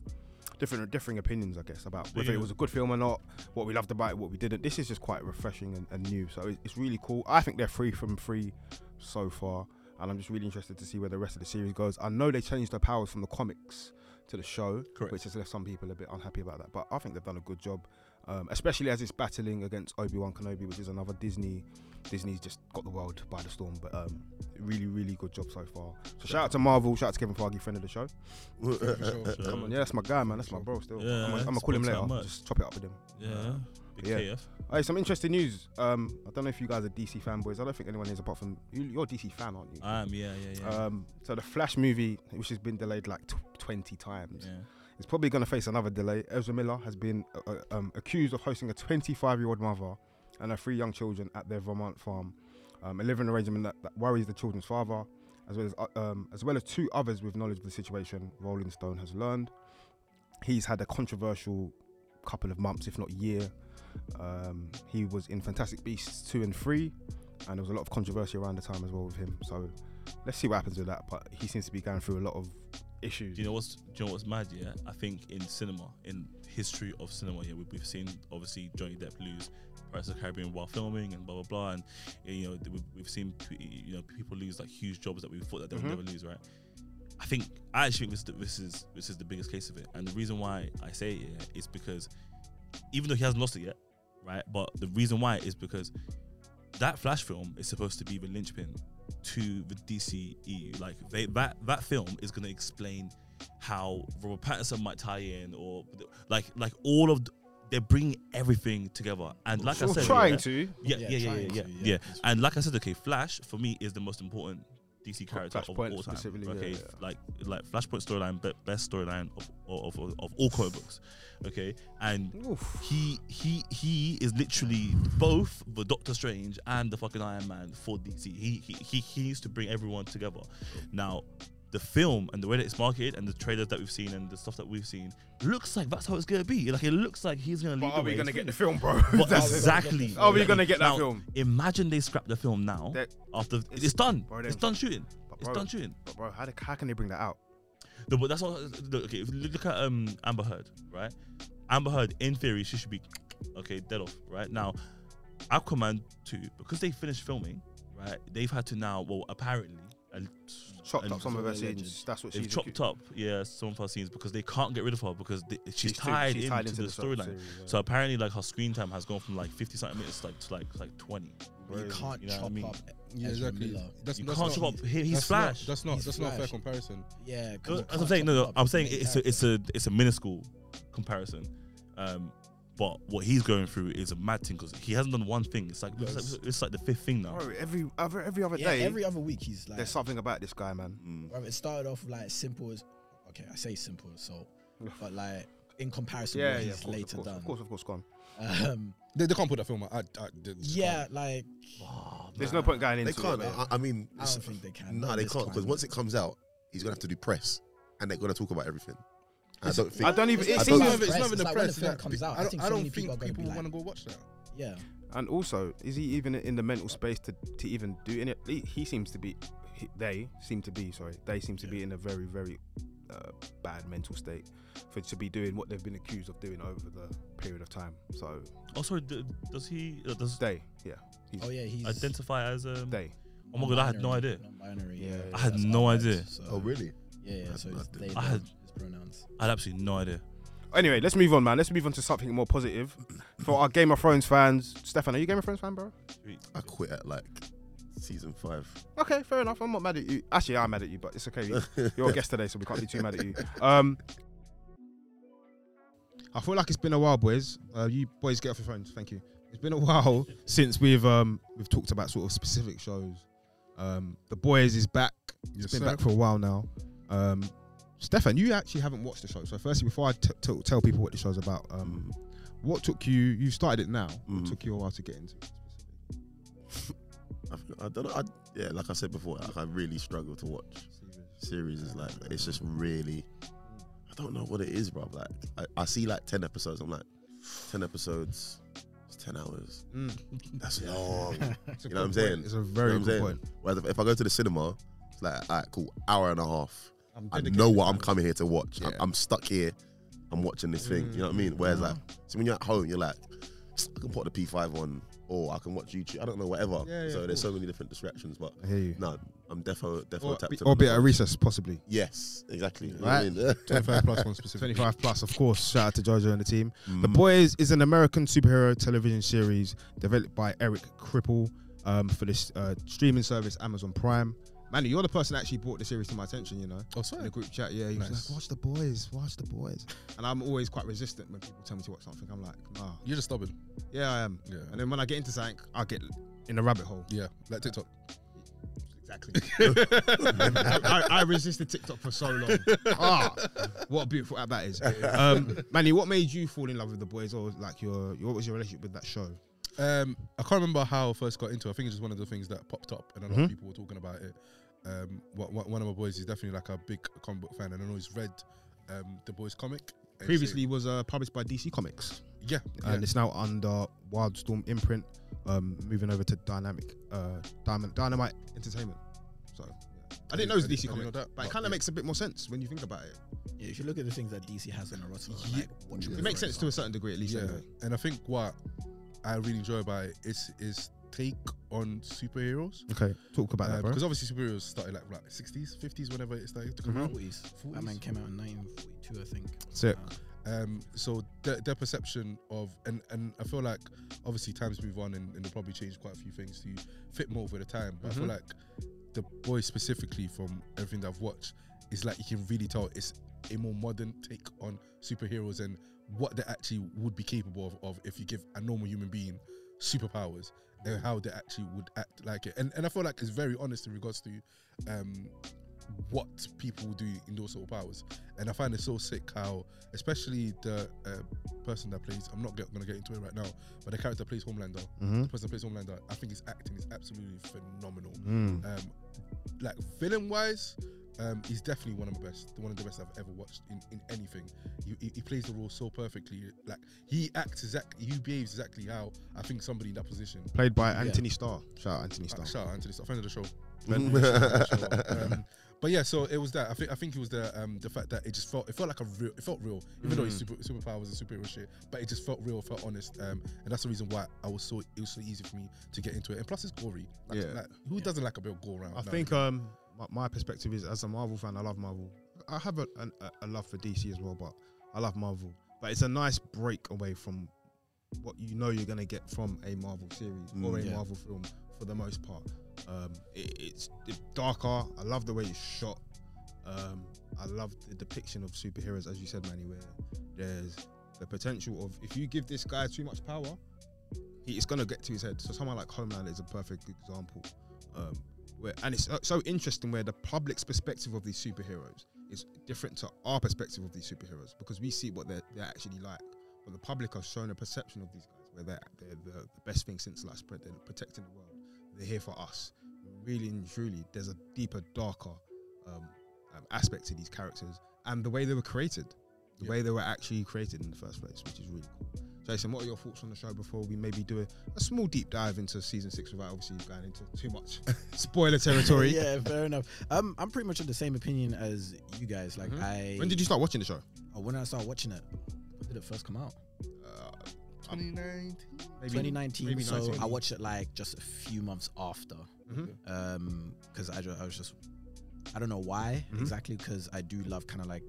A: different differing opinions I guess about whether
B: Yeah.
A: it was a good film or not, what we loved about it, what we didn't. This is just quite refreshing and, and new, so it, it's really cool. I think they're free from free so far, and I'm just really interested to see where the rest of the series goes. I know they changed their powers from the comics to the show,
B: Correct.
A: which has left some people a bit unhappy about that, but I think they've done a good job. Um, especially as it's battling against Obi Wan Kenobi, which is another Disney Disney's just got the world by the storm, but um, really, really good job so far. So shout out to Marvel, shout out to Kevin Feige, friend of the show.
B: it.
A: Come on, yeah, that's my guy, man. That's my bro still.
B: Yeah,
A: I'm gonna- I'm gonna call him
B: sponsor
A: later.
B: that much.
A: Just chop it up with him.
B: yeah, big
A: Yeah.
B: KF.
A: Hey, some interesting news. Um, I don't know if you guys are DC fanboys. I don't think anyone is apart from you. You're a DC fan, aren't you?
B: I am, yeah, yeah, yeah.
A: Um, so the Flash movie, which has been delayed like tw 20 times,
B: yeah.
A: is probably going to face another delay. Ezra Miller has been uh, uh, um, accused of hosting a 25-year-old mother and her three young children at their Vermont farm, um, a living arrangement that, that worries the children's father, as well as uh, um, as well as two others with knowledge of the situation. Rolling Stone has learned he's had a controversial couple of months, if not year. Um, he was in Fantastic Beasts two and three, and there was a lot of controversy around the time as well with him. So let's see what happens with that. But he seems to be going through a lot of issues.
B: Do you know what's do you know what's mad? Yeah, I think in cinema, in history of cinema, yeah, we, we've seen obviously Johnny Depp lose Pirates of the Caribbean while filming and blah blah blah, and you know we've, we've seen p- you know people lose like huge jobs that we thought that they
A: Mhm.
B: would never lose, right? I think I actually think this this is this is the biggest case of it, and the reason why I say it yeah, is because even though he hasn't lost it yet, right? But the reason why is because that Flash film is supposed to be the linchpin to the DCEU. Like they, that that film is going to explain how Robert Pattinson might tie in, or like like all of th- they're bringing everything together. And like
A: Sort
B: I
A: of
B: said,
A: trying
B: yeah,
A: to.
B: yeah, yeah,
E: Yeah,
B: yeah, yeah,
E: trying
B: yeah,
E: to,
B: yeah.
E: yeah.
B: And like I said, okay, Flash for me is the most important DC character of
A: Flashpoint
B: all time.
A: specifically, yeah,
B: okay,
A: yeah.
B: like like Flashpoint storyline, but best storyline of, of of of all comic books. Okay, and
A: Oof.
B: he he he is literally both the Doctor Strange and the fucking Iron Man for DC. He he he, he needs to bring everyone together. Now, the film and the way that it's marketed and the trailers that we've seen and the stuff that we've seen looks like that's how it's gonna be. Like it looks like he's gonna.
A: But
B: lead
A: are
B: the
A: we
B: way.
A: gonna
B: It's
A: get the
B: really-
A: film, bro?
B: But
A: That's it.
B: exactly.
A: Are we
B: exactly.
A: gonna get that
B: Now,
A: film?
B: Imagine they scrap the film now
A: That-
B: after it's,
A: it's-
B: done.
A: bro,
B: it's
A: then-
B: done shooting.
A: But
B: It's
A: bro-
B: done shooting.
A: But bro, how, the, how can they bring that out?
B: No, but that's not. Look, okay, if you look at um Amber Heard, right? Amber Heard, in theory, she should be okay dead off, right? Now, Aquaman two, because they finished filming, right? They've had to now, well, apparently, a,
A: chopped
B: a-
A: up some of her
E: Alleged.
A: scenes. That's what
B: They've
A: she's
B: chopped up, yeah, some of her scenes because they can't get rid of her because they, she's,
A: She's too-
B: tied,
A: she's
B: into
A: tied into
B: the
A: the sub
B: storyline.
A: series, yeah.
B: So apparently, like her screen time has gone from like fifty something minutes like to like like twenty.
E: You can't
B: You know what I
E: chop
B: mean?
E: up
C: Yeah,
E: Ezra
C: exactly.
E: Miller.
C: That's,
B: You
C: that's
B: can't
C: not,
B: chop up. He, he's
C: that's
B: Flash.
C: Not, that's not.
E: He's
C: that's not a fair
E: Flash.
C: comparison.
E: Yeah, 'cause
B: Uh, As
E: you
B: I'm
E: can't
B: saying,
E: chop
B: no,
E: up
B: no, I'm
E: his
B: saying
E: main
B: it's a, it's
E: character.
B: a it's a minuscule comparison, um, but what he's going through is a mad thing because he hasn't done one thing. It's like it's,
C: Yes.
B: like it's like the fifth thing now.
A: Bro, every other every other
E: yeah.
A: day,
E: Every other week he's like.
A: there's something about this guy, man.
B: Mm.
E: Bruv, it started off like simple as okay, I say simple as salt, but like in comparison,
A: Yeah,
E: what
A: yeah.
E: he's
A: Of course,
E: later
A: of course,
E: done.
A: of course, of course, gone.
E: Um,
C: They, they can't put that film out. I, I, they just
E: yeah, like Ah,
A: There's no point going
D: They
A: into
D: can't.
A: it.
D: I, I mean,
E: I don't think they can.
D: No,
E: in
D: they
E: this
D: can't because
E: climate.
D: once it comes out, he's gonna have to do press, and they're gonna talk about everything. I don't think.
A: I don't even. It
E: I don't
A: seems
C: It's
E: think-
C: not, even, it's
E: Press,
C: not even
E: it's
C: the
E: like when the
C: press.
E: film
C: that-
E: comes out, I
C: I don't,
E: think
C: I
E: so
C: don't
E: many
C: think
E: people are gonna be
C: people
E: like-
C: want to go watch that.
E: yeah,
A: And also, is he even in the mental space to, to even do any? He, he seems to be, he, they seem to be, sorry, they seem to be in a very, very uh, bad mental state for to be doing what they've been accused of doing over the period of time. So
B: Also, Oh, d- does he uh, does
A: they, yeah,
E: oh yeah, he's
B: identify as um?
A: they.
B: Oh my god, I had no idea.
E: Non-binary, yeah,
A: Yeah,
E: yeah,
A: I
B: had
E: that's
B: no
E: outwards,
B: idea.
E: so-
D: Oh really?
E: Yeah, yeah.
D: That's
E: So it's
D: mad,
E: they,
D: dude.
B: I
E: them,
B: had-
E: his pronouns.
B: I had absolutely no idea.
A: Anyway, let's move on, man. Let's move on to something more positive for our Game of Thrones fans. Stefan, are you Game of Thrones fan, bro?
D: I quit at like season five.
A: Okay, fair enough. I'm not mad at you. Actually, I'm mad at you, but it's okay. You're a guest today, so we can't be too mad at you. Um, I feel like it's been a while, boys. Uh, you boys get off your phones. Thank you. It's been a while since we've um, we've talked about sort of specific shows. Um, the boys is back. It's been back for a while now. Um, Stefan, you actually haven't watched the show, so firstly, before I t- t- tell people what the show's about, um, what took you? You started it now. What
D: Mm.
A: took you a while to get into? it?
D: I, I don't know. I, yeah, like I said before, like, I really struggle to watch series. Is like it's just really. I don't know what it is, bro. Like I, I see like ten episodes. I'm like, ten episodes. It's ten hours.
A: Mm.
D: That's long.
A: It's a
D: You know what I'm
A: good point.
D: saying?
A: It's a very
D: You know what I'm
A: good
D: saying?
A: point.
D: Whereas if, if I go to the cinema, it's like, all right, cool, hour and a half.
A: I'm
D: I
A: dedicated
D: know
A: to
D: what I'm
A: that.
D: coming here to watch. I'm,
A: Yeah. Mm.
D: I'm stuck here. I'm watching this thing. You know what I mean? Whereas like, so when you're at home, you're like, I can put the P5 on, or I can watch YouTube. I don't know, whatever.
A: Yeah, yeah,
D: so
A: of
D: there's so
A: course.
D: many different distractions. But
A: I hear you.
D: no, I'm defo defo
A: or,
D: tapped in.
A: or
D: on
A: be
D: that
A: at a
D: one.
A: recess, possibly.
D: Yes, exactly. You know
A: Right.
D: what I mean?
A: 25 plus one specifically. 25 plus, of course. Shout out to Jojo and the team. The
D: Mm.
A: Boys is an American superhero television series developed by Eric Cripple um, for this uh, streaming service, Amazon Prime. Manny, you're the person that actually brought the series to my attention, you know?
C: Oh,
A: In
C: sorry.
A: the group chat, yeah. He was
C: Nice.
A: like, watch The Boys, watch The Boys. And I'm always quite resistant when people tell me to watch something. I'm like, nah.
C: You're just stubborn.
A: Yeah, I am.
C: Yeah.
A: And then when I get into something, I get in a rabbit hole.
C: Yeah, like TikTok.
A: Exactly. I, I resisted TikTok for so long. Ah, what a beautiful app that is. Um, Manny, what made you fall in love with the boys, or like your, your what was your relationship with that show?
C: Um, I can't remember how I first got into. it. I think it's just one of the things that popped up, and a lot
A: Mhm.
C: of people were talking about it. Um, wha- wha- one of my boys is definitely like a big comic book fan, and I know he's read um, the boys comic. and so-
A: Previously it was uh, published by DC Comics,
C: yeah, yeah.
A: and it's now under Wildstorm imprint, um, moving over to Dynamic uh, Diamond, Dynamite Entertainment. So yeah. I didn't know it was
C: I
A: DC
C: didn't know
A: Comics,
C: that,
A: but it
C: but
A: kind of
C: yeah.
A: makes a bit more sense when you think about it.
E: Yeah, if you look at the things that DC has in a roster,
C: Yeah.
E: like, Watchmen,
A: It makes
E: for
A: sense to a
E: example.
A: certain degree, at least.
C: yeah.
A: Anyway.
C: And I think what I really enjoy about it is is take on superheroes.
A: Okay, talk about
C: Uh,
A: that, bro.
C: because obviously superheroes started like like 60s, 50s, whenever it started to come
A: Mm-hmm.
C: out.
E: 40s.
C: 40s.
E: Batman came out in 1942, I think.
A: Sick.
E: Uh,
C: Um, so their, their perception of and and I feel like obviously times move on and, and they'll probably change quite a few things to fit more with the time. But I
A: Mhm.
C: feel like the boy specifically from everything that I've watched is like you can really tell it's a more modern take on superheroes and what they actually would be capable of, of if you give a normal human being superpowers and how they actually would act like it. And and I feel like it's very honest in regards to um what people do in those sort of powers. And I find it so sick how, especially the uh, person that plays, I'm not get, gonna get into it right now, but the character that plays Homelander,
A: Mhm.
C: the person that plays Homelander, I think his acting is absolutely phenomenal.
A: Mm.
C: Um, like villain wise, um, he's definitely one of my best, one of the best I've ever watched in, in anything. He, he, he plays the role so perfectly. Like he acts exactly, he behaves exactly how I think somebody in that position.
A: Played by Anthony Starr. Shout out Anthony Starr.
C: Uh, shout out Anthony, Starr, friend of the show.
D: Mm.
C: um, but yeah, so it was that. I think I think it was the um, the fact that it just felt it felt like a real it felt real, even though
A: Mm.
C: it's super superpowers and superhero shit, but it just felt real, felt honest, um, and that's the reason why I was so it was so easy for me to get into it. And plus, it's gory. Like,
A: Yeah.
C: like, who doesn't like a bit of gore around?
A: I think um
C: my, my perspective is as a Marvel fan, I love Marvel. I have a, an- a, a love for DC as well, but I love Marvel. But it's a nice break away from what you know you're gonna get from a Marvel series or a
E: yeah.
C: Marvel film for the most part. Um, it, it's it's darker. I love the way it's shot. Um, I love the depiction of superheroes, as you said, Manny. Where there's the potential of if you give this guy too much power, he, it's gonna get to his head. So someone like Homeland is a perfect example. Um, where, and it's uh, so interesting where the public's perspective of these superheroes is different to our perspective of these superheroes because we see what they're, they're actually like. But the public are shown a perception of these guys where they're, they're the, the best thing since sliced bread. They're protecting the world. They're here for us. Really and truly, there's a deeper, darker um, um, aspect to these characters and the way they were created, the
B: Yeah.
C: way they were actually created in the first place, which is really cool. Jason, what are your thoughts on the show before we maybe do a, a small deep dive into season six without obviously going into too much spoiler territory?
E: yeah, fair enough. Um, I'm pretty much of the same opinion as you guys. Like
C: Mhm.
E: I
C: When did you start watching the show?
E: Oh, when I started watching it, when did it first come out?
C: Uh,
B: 2019.
C: maybe
E: 2019.
C: maybe
E: so
C: 19.
E: I watched it like just a few months after,
C: Mhm.
E: um, because I, ju- I was just, I don't know why
C: Mhm.
E: exactly, because I do love kind of like,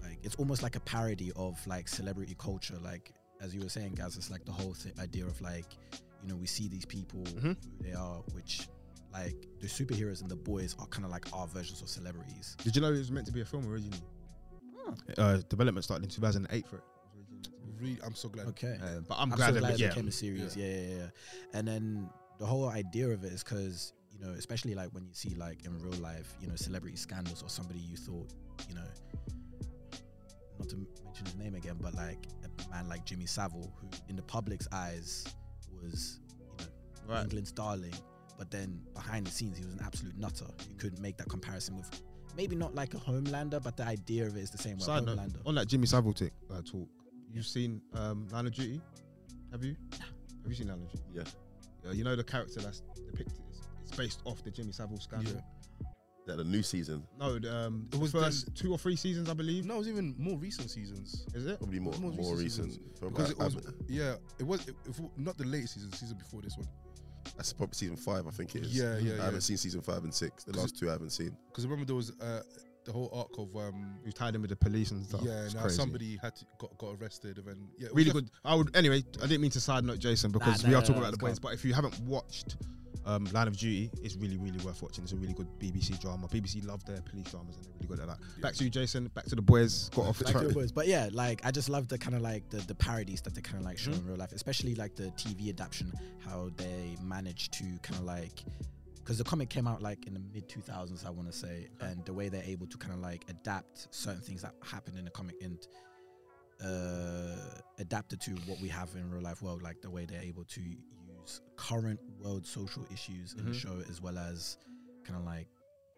E: like it's almost like a parody of like celebrity culture, like as you were saying, guys, it's like the whole th- idea of like, you know, we see these people
C: Mhm.
E: who they are, which like the superheroes and the boys are kind of like our versions of celebrities.
C: Did you know it was meant to be a film originally? Uh, development started in 2008 for it.
B: Really, I'm so glad.
E: Okay.
C: Uh, but I'm,
E: I'm
C: glad
E: so
C: that
E: glad it
C: yeah.
E: became a series. Yeah. yeah, yeah, And then the whole idea of it is because you know, especially like when you see like in real life, you know, celebrity scandals or somebody you thought, you know, not to mention his name again, but like a man like Jimmy Savile, who in the public's eyes was, you know,
C: Right.
E: England's darling, but then behind the scenes he was an absolute nutter. You couldn't make that comparison with. Maybe not like a Homelander, but the idea of it is the same. Way.
C: Side note,
E: Homelander.
C: on that Jimmy Savile tick, uh, talk, you've seen um, Line of Duty? Have you? Have you seen Line of Duty?
D: Yeah.
C: Uh, you know the character that's depicted is it's based off the Jimmy Savile scandal.
B: Yeah.
D: Yeah, the new season,
C: No, the, um,
B: It was
C: the first two or three seasons, I believe.
B: No, it was even more recent seasons.
C: Is it?
D: probably more
B: More
D: more,
B: recent
D: recent. um,
B: Because it
D: I- I-
B: was, yeah, it was it, it- not the latest season, season before this one.
D: that's probably season five, I think it is.
B: Yeah, yeah,
D: I
B: yeah.
D: haven't seen season five and six. The
B: 'Cause
D: last two I haven't seen.
B: Because remember there was uh, the whole arc of um,
C: Who tied him with the police and stuff.
B: yeah,
C: It's
B: now
C: crazy.
B: somebody had to, got got arrested and then yeah, it was
C: really
B: def-
C: good. I would anyway. I didn't mean to side note Jason because
E: Nah,
C: we
E: nah,
C: are
E: nah,
C: talking
E: nah,
C: about the boys.
E: it's
C: But if you haven't watched um, Line of Duty, it's really really worth watching. It's a really good BBC drama. BBC love their police dramas and they're really good at that. Back to you, Jason. Back to the boys. Got off the
E: Like
C: track.
E: it was. But yeah, like I just love the kind of like the, the parodies that they kind of like
C: Mm-hmm.
E: show in real life, especially like the TV adaptation, how they managed to kind of like because the comic came out like in the mid 2000s, I want to say, and the way they're able to kind of like adapt certain things that happened in the comic and uh, adapt it to what we have in real life world, like the way they're able to use current world social issues in
C: Mhm.
E: the show as well as kind of like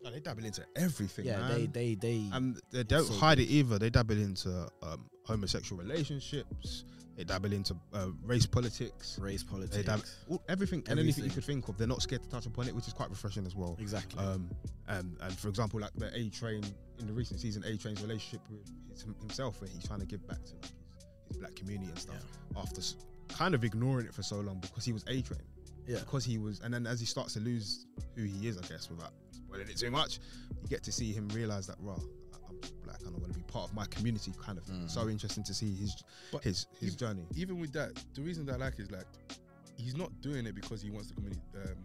C: No, they dabble into everything.
E: yeah,
C: man.
E: they they they
C: and they don't
E: so
C: hide it either. They dabble into um, homosexual relationships. They dabble into uh, race politics.
E: race
C: They
E: politics.
C: dabble all, everything and anything you
E: Everything.
C: could think of. They're not scared to touch upon it, which is quite refreshing as well.
E: Exactly.
C: Um, and and for example, like the A Train in the recent season, A Train's relationship with his, himself, where he's trying to give back to like his, his black community and stuff after s- kind of ignoring it for so long because he was A Train.
E: Yeah.
C: Because he was, and then as he starts to lose who he is, I guess without spoiling it too much, you get to see him realize that raw. I'm black and I want to be part of my community, kind of. thing.
E: Mhm.
C: So interesting to see his
B: But
C: his his
B: you-
C: journey.
B: even with that, the reason that I like is like he's not doing it because he wants to community um,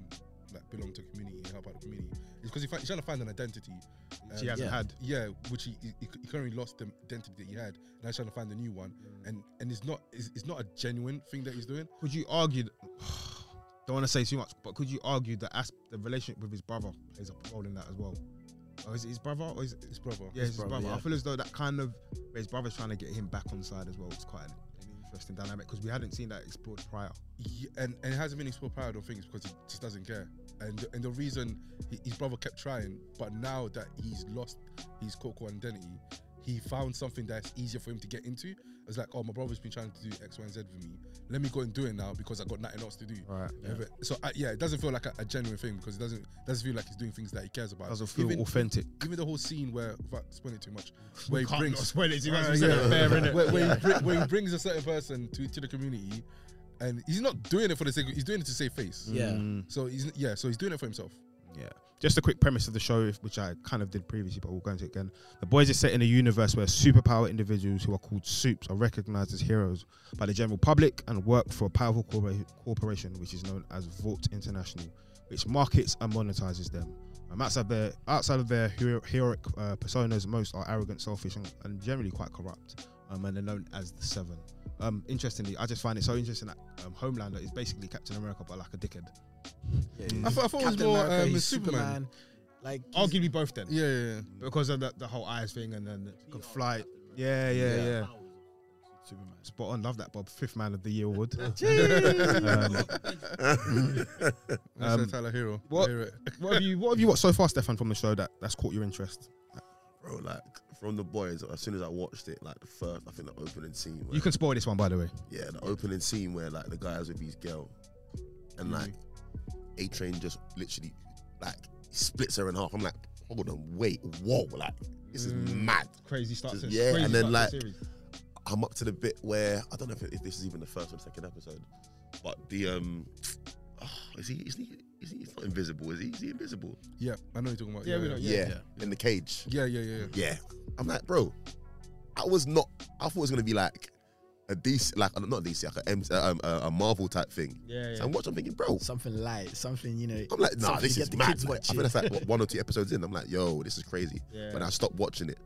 B: like belong to a community and help out the community. It's because he fi- he's trying to find an identity. Um,
C: which he hasn't
E: yeah.
C: had.
B: Yeah, which he he, he currently lost the identity that he had, and he's trying to find a new one. And and it's not it's, it's not a genuine thing that he's doing.
C: Mm. Could you argue? Don't want to say too much, but could you argue that as the relationship with his brother plays a role in that as well? Or is it his brother? Or is it,
B: His brother.
C: yeah, his,
E: brother,
C: brother. I
E: yeah.
C: feel as though that kind of his brother's trying to get him back on side as well. It's quite an, an interesting dynamic because we hadn't seen that explored prior.
B: Ye- and and it hasn't been explored prior on things because he just doesn't care. And and the reason he, his brother kept trying, but now that he's lost his Coco identity, he found something that's easier for him to get into. It's like, oh, my brother's been trying to do X, Y, and Z for me. Let me go and do it now because I got nothing else to do.
C: Right.
B: If it- So I, yeah, it doesn't feel like a, a genuine thing because it doesn't doesn't feel like he's doing things that he cares about.
C: Doesn't feel
B: even,
C: authentic.
B: even the whole scene where without spoiling it too much, where he brings
C: spoil it. You
B: uh,
C: guys
B: yeah.
C: fair,
B: Where, where he bring, where he brings a certain person to, to the community, and he's not doing it for the sake. of- He's doing it to save face.
E: Yeah.
B: So he's yeah. So he's doing it for himself.
C: Yeah.
A: just a quick premise of the show, if, which I kind of did previously, but we'll go into it again. The boys is set in a universe where superpower individuals who are called soups are recognized as heroes by the general public and work for a powerful corpora- corporation, which is known as Vault International, which markets and monetizes them. Um, outside, their, outside of their hero- heroic uh, personas, most are arrogant, selfish, and, and generally quite corrupt, um, and they're known as the Seven. Um, interestingly, I just find it so interesting that um, Homelander is basically Captain America, but like a dickhead.
C: I thought, I thought it was
E: Captain
C: more
E: America,
C: um,
E: he's
C: Superman.
E: Superman. Like he's-
A: Arguably both then.
C: Yeah, yeah, yeah.
A: because of the, the whole eyes thing and then it could fly. Yeah, yeah, yeah,
E: Superman.
A: Spot on, love that, Bob. Fifth man of the year award. Um,
C: That's
A: Um,
C: a Tyler Hero.
A: what-
C: I hear it.
A: what have you What have you watched so far, Stefan, from the show that that's caught your interest?
D: Bro, like from the boys, as soon as I watched it, like the first, I think the opening scene. Where,
A: You can spoil this one, by the way.
D: yeah, the opening scene where like the guys with his girl, and like A Train just literally like splits her in half. I'm like, hold on, wait, whoa, like this is mad.
A: Crazy start.
D: to- Yeah, crazy and then start to like- I'm up to the bit where I don't know if, it, if this is even the first or second episode, but the um, is he is he is he he's not invisible? Is he is he invisible?
C: Yeah, I know what you're talking
A: Oh,
C: about.
A: Yeah,
C: Yeah,
A: we know,
C: yeah,
D: Yeah, in the cage.
C: yeah, yeah, yeah. yeah.
D: Yeah, I'm like, bro, I was not. I thought it was gonna be like a DC, like not DC, like a, M- uh, um, a, a Marvel type thing.
A: Yeah, yeah.
D: So I'm watching, I'm thinking, bro.
E: Something light, something you know.
D: I'm like, nah,
E: something
D: this
E: to
D: is
E: get the
D: mad.
E: kids
D: Like, I
E: watching.
D: think that's like what, one or two episodes in. I'm like, yo, this is crazy.
A: Yeah.
D: But I stopped watching it.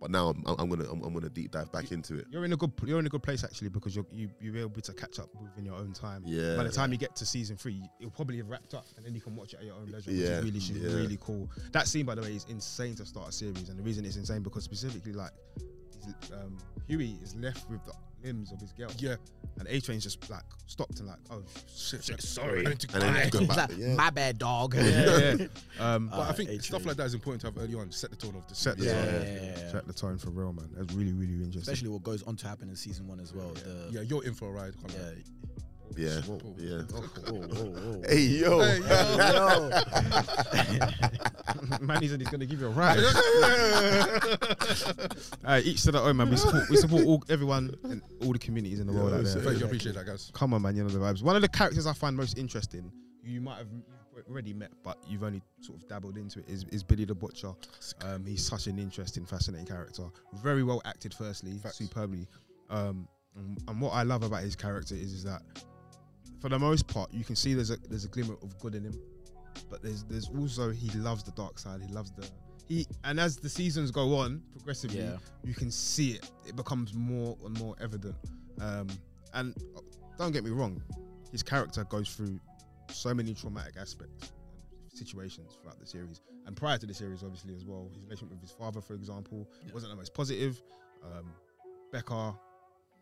D: But now I'm, I'm, I'm gonna I'm, I'm gonna deep dive back into it.
A: You're in a good you're in a good place actually because you're you, you're able to catch up within your own time.
D: Yeah.
A: By the time you get to season three, it'll probably have wrapped up and then you can watch it at your own leisure,
D: Yeah,
A: which is really
D: yeah.
A: really cool. That scene, by the way, is insane to start a series, and the reason it's insane because specifically like he's- um, Huey is left with the limbs of his girl,
C: yeah.
A: and A Train's just like stopped and like oh shit,
C: Shit,
A: sorry.
C: I need to
D: And then
C: cry.
D: just go
E: It's
D: back.
E: like,
D: Yeah.
E: My bad, dog.
A: yeah, yeah. Um,
C: But I
E: Uh,
C: think
E: A
C: stuff
E: Train.
C: like that is important to have early on. Set the tone of the
A: Set the
C: series.
D: tone.
E: Yeah,
A: set the tone for real, man. That's really really interesting.
E: Especially what goes on to happen in season one as well. The,
C: Yeah, you're in for a ride. Come on.
E: yeah.
D: Yeah, yeah.
E: Whoa, whoa, whoa.
D: Hey yo.
C: Hey,
E: Yo.
A: man, he said he's gonna give you a ride. Uh, each to their own, man. We support, we support all, everyone and all the communities in the world. out there.
C: Thank you, I appreciate that, guys.
A: Come on, man, you know the vibes. One of the characters I find most interesting, you might have already met, but you've only sort of dabbled into it, is, is Billy the Butcher. Um, he's such an interesting, fascinating character. Very well acted, firstly,
C: Facts.
A: superbly. Um, and- and what I love about his character is, is that, for the most part, you can see there's a there's a glimmer of good in him, but there's there's also he loves the dark side. He loves the he, and as the seasons go on progressively,
E: Yeah.
A: you can see it. It becomes more and more evident. Um, and uh, don't get me wrong, his character goes through so many traumatic aspects and situations throughout the series, and prior to the series, obviously as well. His relationship with his father, for example,
E: Yeah.
A: wasn't the most positive. Um, Becca,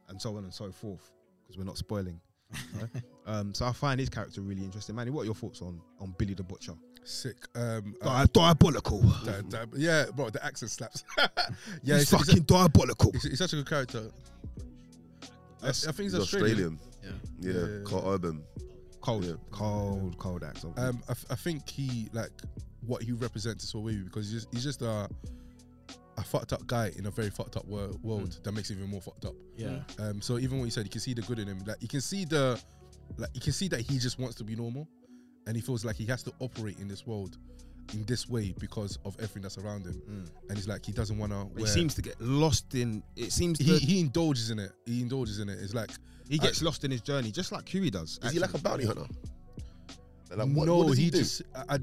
A: and so on and so forth, because we're not spoiling. right? um, so I find his character really interesting, Manny. What are your thoughts on on Billy the Butcher?
C: Sick. Um, uh,
A: Di- diabolical.
C: that- that- yeah, bro, the accent slaps. yeah,
A: he's
C: he's, he's,
A: fucking diabolical.
C: he's- he's such a good character. I, I
A: That's-
C: think he's,
D: He's Australian. Yeah,
C: Yeah.
D: Carl Urban.
A: Cold,
D: Yeah.
A: cold, cold acts. obviously.
C: Um, I, f- I think he like what he represents is so wavy because he's just, he's just a a fucked up guy in a very fucked up wor- world that makes him even more fucked up.
E: Yeah.
C: Um, so even what you said, you can see the good in him. Like you can see the, like you can see that he just wants to be normal, and he feels like he has to operate in this world, in this way because of everything that's around him. And he's like he doesn't want to.
A: He seems to get lost in. It seems
C: he,
A: he,
C: he indulges in it. He indulges in it. It's like
A: he gets lost in his journey, just like Huey does.
D: Is he like a
A: actually.
D: bounty hunter? Like, what,
C: no,
D: what does
C: he,
D: he, do?
C: just I, I,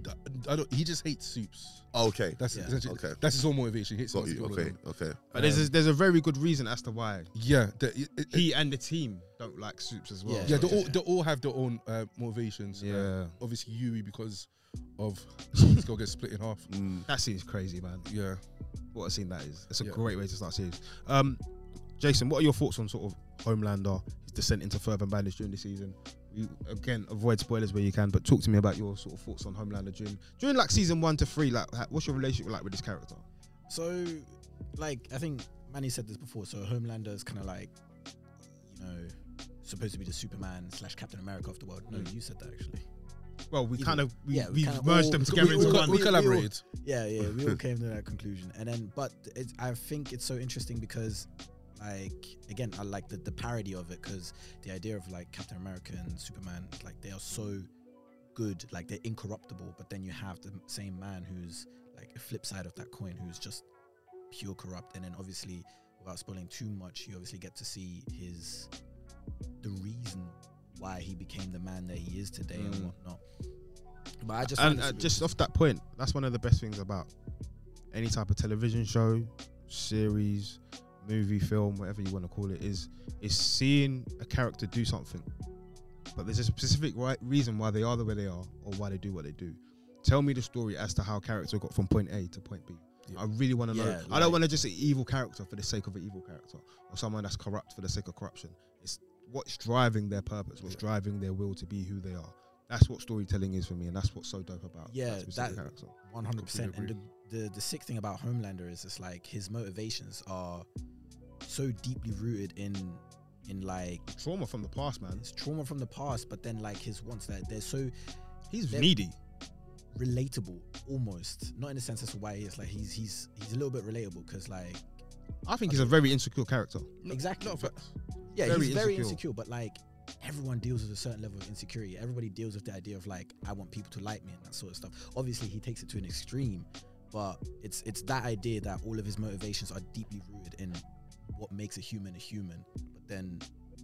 C: I don't. He just hates soups.
D: Oh, okay,
C: That's
E: Yeah.
C: essentially
D: Okay.
C: that's his whole motivation. He hates
D: got
C: basically
D: you.
C: all of
D: Okay,
C: them.
D: okay.
A: But there's a, there's a very good reason as to why
C: Yeah, the, it- it-
A: he and the team don't like soups as well.
E: Yeah.
C: yeah, they
A: So-
C: all they all have their own uh, motivations. Uh,
A: yeah.
C: obviously Yui because of this girl gets split in half.
D: Mm.
A: That scene's crazy, man.
C: Yeah,
A: What a scene that is. It's a
C: Yeah.
A: great way to start a series. Um, Jason, what are your thoughts on sort of Homelander, his descent into further bandage during the season? You, again, avoid spoilers where you can, but talk to me about your sort of thoughts on Homelander during during like season one to three. Like, ha- what's your relationship like with this character?
E: So, like, I think Manny said this before. So, Homelander is kind of like, you know, supposed to be the Superman slash Captain America of the world. No, you said that actually.
A: Well, we
E: Even-
A: kind of we,
E: yeah, we
A: we have
E: kinda
A: merged
E: all-
A: them
E: we-
A: together
E: we-
A: into
E: we-
A: one.
C: we
E: we-
C: collaborated.
E: Yeah, yeah, we all came to that conclusion. And then, but it's, I think it's so interesting because, like, again, I like the, the parody of it because the idea of like Captain America and Superman, like, they are so good, like they're incorruptible, but then you have the same man who's like a flip side of that coin, who's just pure corrupt. And then obviously, without spoiling too much, you obviously get to see his the reason why he became the man that he is today and
A: Mm.
E: whatnot. But I just
A: and
E: find
A: uh,
E: this-
A: just off that point, that's one of the best things about any type of television show, series, movie, film, whatever you want to call it, is is seeing a character do something, but there's a specific right reason why they are the way they are or why they do what they do. Tell me the story as to how a character got from point A to point B. I really want to know.
E: Yeah,
A: I don't
E: like-
A: want to just an evil character for the sake of an evil character or someone that's corrupt for the sake of corruption. It's what's driving their purpose, what's driving their will to be who they are. That's what storytelling is for me, and that's what's so dope about
E: Yeah,
A: that specific
E: that-
A: character.
E: One hundred percent. And
C: Completely
E: the, the the sick thing about Homelander is it's like his motivations are so deeply rooted in in like
A: Trauma from the past, man.
E: his trauma from the past, but then like his wants that they're so
A: He's
E: They're-
A: needy.
E: relatable almost. Not in the sense as to why he is like he's he's he's a little bit relatable because like
A: I think he's a very insecure character.
E: exactly.
C: No,
E: but-
C: but
E: yeah,
A: very
E: he's very
A: insecure.
E: insecure, but like everyone deals with a certain level of insecurity. Everybody deals with the idea of like I want people to like me and that sort of stuff. Obviously, he takes it to an extreme, but it's it's that idea that all of his motivations are deeply rooted in what makes a human a human. But then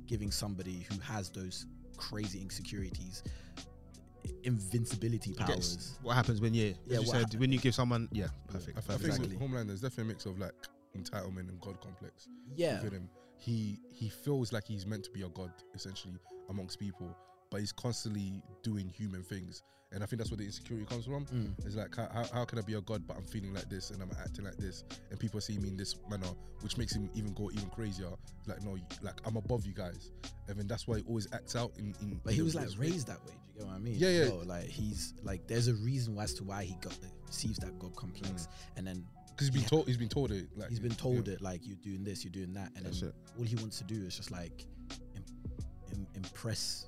E: giving somebody who has those crazy insecurities invincibility
A: Gets
E: powers.
A: What happens when you,
E: Yeah,
A: yeah, you
E: what
A: said,
E: hap-
A: when you give someone, yeah, perfect.
C: I, I
A: perfect.
C: think
E: Exactly.
C: with Homelander is definitely a mix of like entitlement and god complex
E: Yeah.
C: within him. He he feels like he's meant to be a god essentially amongst people, but he's constantly doing human things, and I think that's where the insecurity comes from.
E: Mm.
C: It's like how, how, how can I be a god but I'm feeling like this and I'm acting like this and people see me in this manner, which makes him even go even crazier. Like no, you- like I'm above you guys, and then that's why he always acts out in. in
E: But he
C: in
E: was
C: the
E: like
C: weirdest way.
E: raised that way. Do you get what I mean?
C: Yeah, yeah.
E: Yo, like he's like there's a reason as to why he got receives that god complex, and then
C: because he's been
E: Yeah.
C: told he's been told it. Like
E: he's been
C: yeah.
E: told it like you're doing this, you're doing that, and
A: That's
E: then
A: it.
E: all he wants to do is just like im- im- impress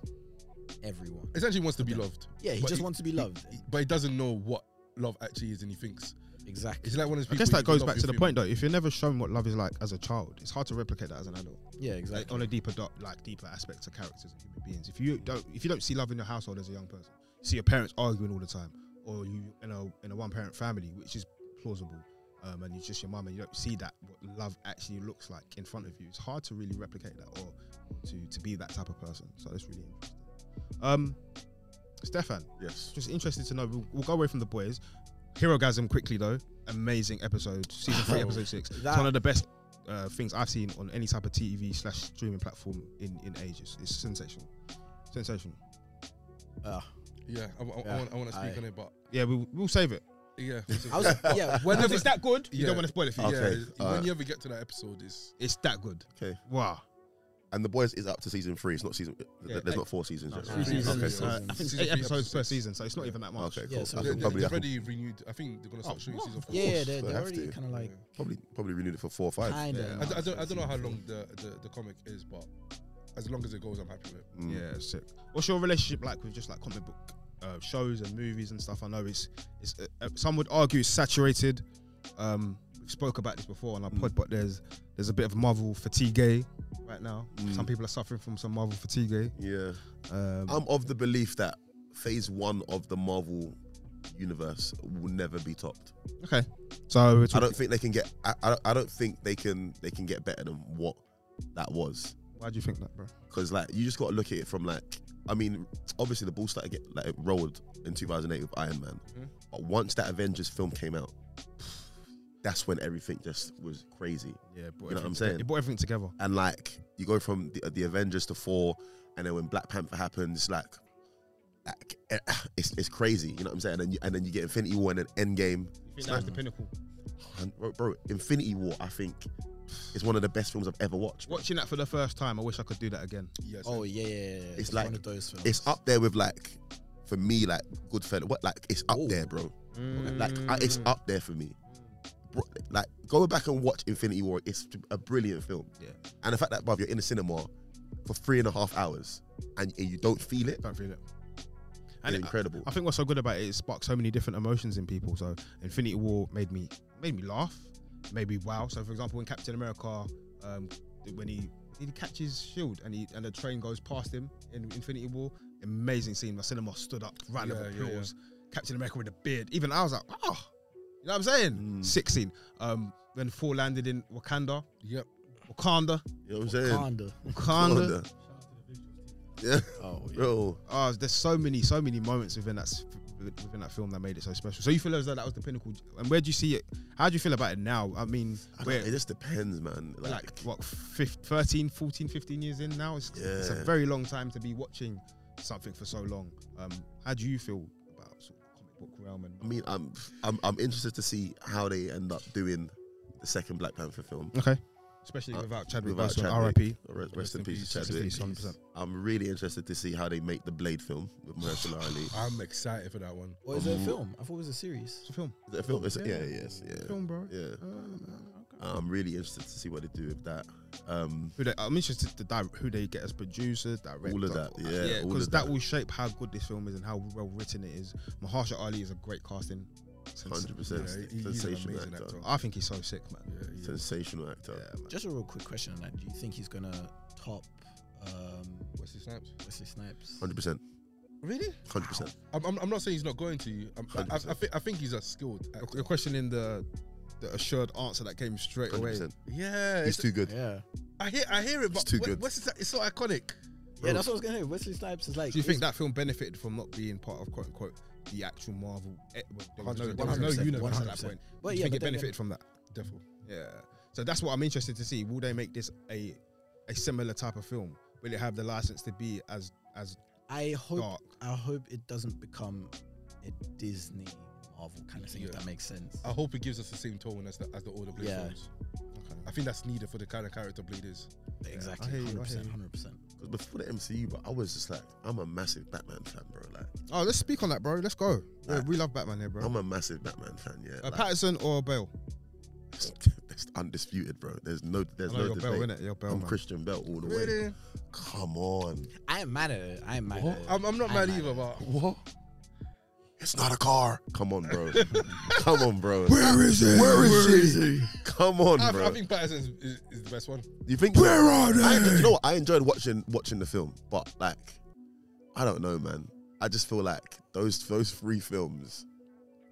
E: everyone.
C: Essentially, he wants to be
E: Okay.
C: loved,
E: Yeah, he
C: But
E: just
C: he-
E: wants to be
C: he-
E: loved.
C: he- but he doesn't know what love actually is, and he thinks
E: exactly.
C: it's like one of those.
A: I guess
C: people,
A: that
C: you
A: goes
C: love
A: back
C: your
A: to the
C: feeling.
A: point though. If you're never shown what love is like as a child, it's hard to replicate that as an adult.
E: Yeah,
A: Like
E: exactly.
A: on a deeper dot, like deeper aspects of characters and human beings. If you don't, if you don't see love in your household as a young person, you see your parents arguing all the time, or you in a in a one parent family, which is plausible, um, and it's just your mum, and you don't see that what love actually looks like in front of you. It's hard to really replicate that or to to be that type of person. So that's really interesting. Um, Stefan,
D: Yes.
A: just interested to know. We'll, we'll go away from the boys. Hero Gasm quickly though. Amazing episode, season three,
E: Oh,
A: episode six.
E: that-
A: it's one of the best uh, things I've seen on any type of TV slash streaming platform in in ages. It's sensational, sensational.
E: Uh,
C: Yeah, I, I,
E: Yeah.
C: I want to speak
E: Aye.
C: on it, but
A: Yeah, we we'll save it.
C: yeah,
E: I was yeah.
A: Well, if it's that good, you
C: Yeah.
A: don't want to spoil it for you.
C: yeah.
D: Okay,
C: it's-
D: alright.
C: when you ever get to that episode, it's
A: It's that good.
D: Okay.
A: Wow.
D: And the boys is up to season three. It's not season. th-
A: Yeah,
D: there's
A: eight-
D: not four seasons.
E: no,
D: yet,
E: three
D: right?
E: seasons.
D: Okay,
E: so
A: Uh,
E: season-
A: I think it's
C: season
A: eight
C: three,
A: episodes per
C: episode six.
A: season, so it's not even that much.
D: Okay, cool.
E: Yeah, so
D: I
E: they-
D: can
C: they,
D: probably,
C: have
D: I can
C: already renewed. I think they're gonna start
A: Oh,
C: showing
A: what?
C: season four.
E: yeah,
D: course,
E: they're,
D: they
E: they're
D: have
E: already
D: to.
E: kind of like
D: probably probably renewed it for four or five.
E: kind
C: Yeah. I,
E: of.
C: d- I don't, I don't know how long the, the, the comic is, but as long as it goes, I'm happy with it.
D: Mm.
A: Yeah, sick. What's your relationship like with just like comic book uh, shows and movies and stuff? I know it's it's uh, uh, some would argue it's saturated. Um, we've spoke about this before on our
D: Mm.
A: pod, but there's there's a bit of Marvel fatigue eh, right now.
D: Mm.
A: Some people are suffering from some Marvel fatigue. eh.
D: Yeah.
A: Um,
D: I'm of the belief that phase one of the Marvel universe will never be topped.
A: okay, so we're
D: I
A: talking,
D: don't think they can get. I, I, I don't think they can. They can get better than what that was.
A: why do you think that, bro?
D: Because like you just got to look at it from like. I mean, obviously the ball started get like it rolled in 2008 with Iron Man,
A: Mhm.
D: but once that Avengers film came out, that's when everything just was crazy.
A: Yeah,
D: You know what I'm saying?
A: They brought everything together.
D: and like you go from the, the Avengers to four, and then when Black Panther happens, like, like eh, it's, it's crazy. You know what I'm saying? And then you, and then you get Infinity War and then Endgame.
A: You think
D: that was
A: the pinnacle?
D: And bro, bro, Infinity War, I think, is one of the best films I've ever watched.
A: Watching that for the first time, I wish I could do that again.
C: Yes.
E: Oh yeah, yeah, yeah. It's,
D: like-
E: one of those films.
D: It's up there with like, for me, like Goodfellas. What like it's up
E: Ooh.
D: there, bro. Like I, it's up there for me. Bro, like go back and watch Infinity War. It's a brilliant film.
A: Yeah.
D: And the fact that, bruv, you're in the cinema for three and a half hours and, and you don't feel it,
A: Don't feel it.
D: is
A: it-
D: incredible.
A: I think what's so good about it, it sparks so many different emotions in people. So Infinity War made me made me laugh, made me wow. So for example, in Captain America, um, when he he catches Shield and he and the train goes past him in Infinity War. Amazing scene. My cinema stood up, round of
C: Yeah, yeah, yeah.
A: applause. Captain America with a beard. Even I was like, oh, you know what I'm saying?
C: Mm.
A: Sick scene. Um, when Thor landed in Wakanda,
C: Yep.
A: Wakanda,
D: You know what I'm saying?
E: Wakanda.
A: Wakanda.
D: Wakanda. Yeah,
E: Oh, yeah.
D: bro.
A: Oh, there's so many, so many moments within that s- within that film that made it so special. So you feel as though that was the pinnacle. And where do you see it? How do you feel about it now? I mean,
D: I don't,
A: we're
D: it just depends, man.
A: we're like what 15, 13, 14, 15 years in now. It's, it's a
D: Yeah.
A: very long time to be watching something for so long. Um, how do you feel about sort of comic book realm? And
D: I mean, I'm, I'm I'm interested to see how they end up doing the second Black Panther film.
A: okay, especially
D: Uh,
A: without Chadwick
D: without
A: Boseman,
D: Chadwick.
A: R.I.P.
D: Rest, rest in peace,
A: Rest in
D: Chadwick.
A: peace, 100%.
D: I'm really interested to see how they make the Blade film with Mahershala Ali.
C: I'm excited for that one.
E: Or is it a film? I thought it was a series.
A: It's a film,
D: Is it a film? Is it- yeah, yes, yeah,
A: film, bro.
D: yeah.
A: Uh,
D: I'm really interested to see what they do with that. Um,
A: who they, I'm interested to di- who they get as producer, director,
D: All of that, yeah, all
A: because
D: of
A: that.
D: that.
A: will shape how good this film is and how well written it is. Mahershala Ali is a great casting. Sens-
D: hundred percent
C: Yeah, he- he's an
D: sensational
C: amazing
D: actor.
C: actor.
A: I think he's so sick, man.
C: Yeah, yeah.
D: Sensational
A: Yeah,
D: actor.
A: man.
E: Just a real quick question on that. Do you think he's gonna top um,
C: What's his snaps?
E: Wesley Snipes?
D: Hundred percent.
C: Really?
D: Hundred percent.
C: I'm, I'm, I'm not saying he's not going to. I'm, I, I, I,
D: 100%.
C: think, I think he's a skilled. uh,
A: You're-
C: Actor.
A: You're questioning the the assured answer that came straight
D: Hundred
A: away.
D: percent.
C: Yeah,
D: He's
C: it's,
D: too good.
E: Yeah.
C: I hear I hear it, but
D: too
C: what-
D: good.
C: what's his, it's so iconic.
E: Yeah, that's what I was gonna say. Wesley Snipes is like.
A: Do you think
E: he's-
A: that film benefited from not being part of quote unquote the actual Marvel? eh, well, There was no,
C: 100%,
A: there was no
E: 100%,
A: universe at that
E: 100%.
A: point.
E: Well,
A: Do you
E: yeah,
A: think
E: but
A: it
E: then-
A: benefited from that?
C: Definitely.
A: Yeah. So that's what I'm interested to see. Will they make this a a similar type of film? Will it have the license to be as as
E: I hope.
A: dark?
E: I hope it doesn't become a Disney Marvel kind of thing. If
C: Yeah.
E: that makes sense.
C: I hope it gives us the same tone as the as the older Blade
E: Yeah.
C: films. I think that's needed for the kind of character Blade is.
E: exactly.
A: I hear you, I
E: Hundred
A: hear
E: percent.
A: you.
E: Hundred percent.
D: Because before the MCU, but I was just like, I'm a massive Batman fan, bro. Like,
A: Oh, let's speak on that, bro. Let's go. Yeah, we love Batman here, bro.
D: I'm a massive Batman fan. Yeah.
A: Uh,
D: Like,
A: Patterson or Bale?
D: it's, it's undisputed, bro. There's no, there's
A: I know
D: no
A: you're Bale,
D: debate.
A: innit? You're Bale,
D: I'm
A: man.
D: Christian Bell all the way.
C: Really?
D: Come on.
E: I am mad at it. I am mad at it.
C: I'm, I'm not
E: I'm
C: mad
E: mad
C: either, but
D: What? It's not a car. Come on, bro. Come on, bro.
A: Where is he?
D: Where is he? Come on,
C: I,
D: bro.
C: I think Patterson is, is, is the best one.
D: you think? Where are they? I, you know what? I enjoyed watching watching the film, but like, I don't know, man. I just feel like those those three films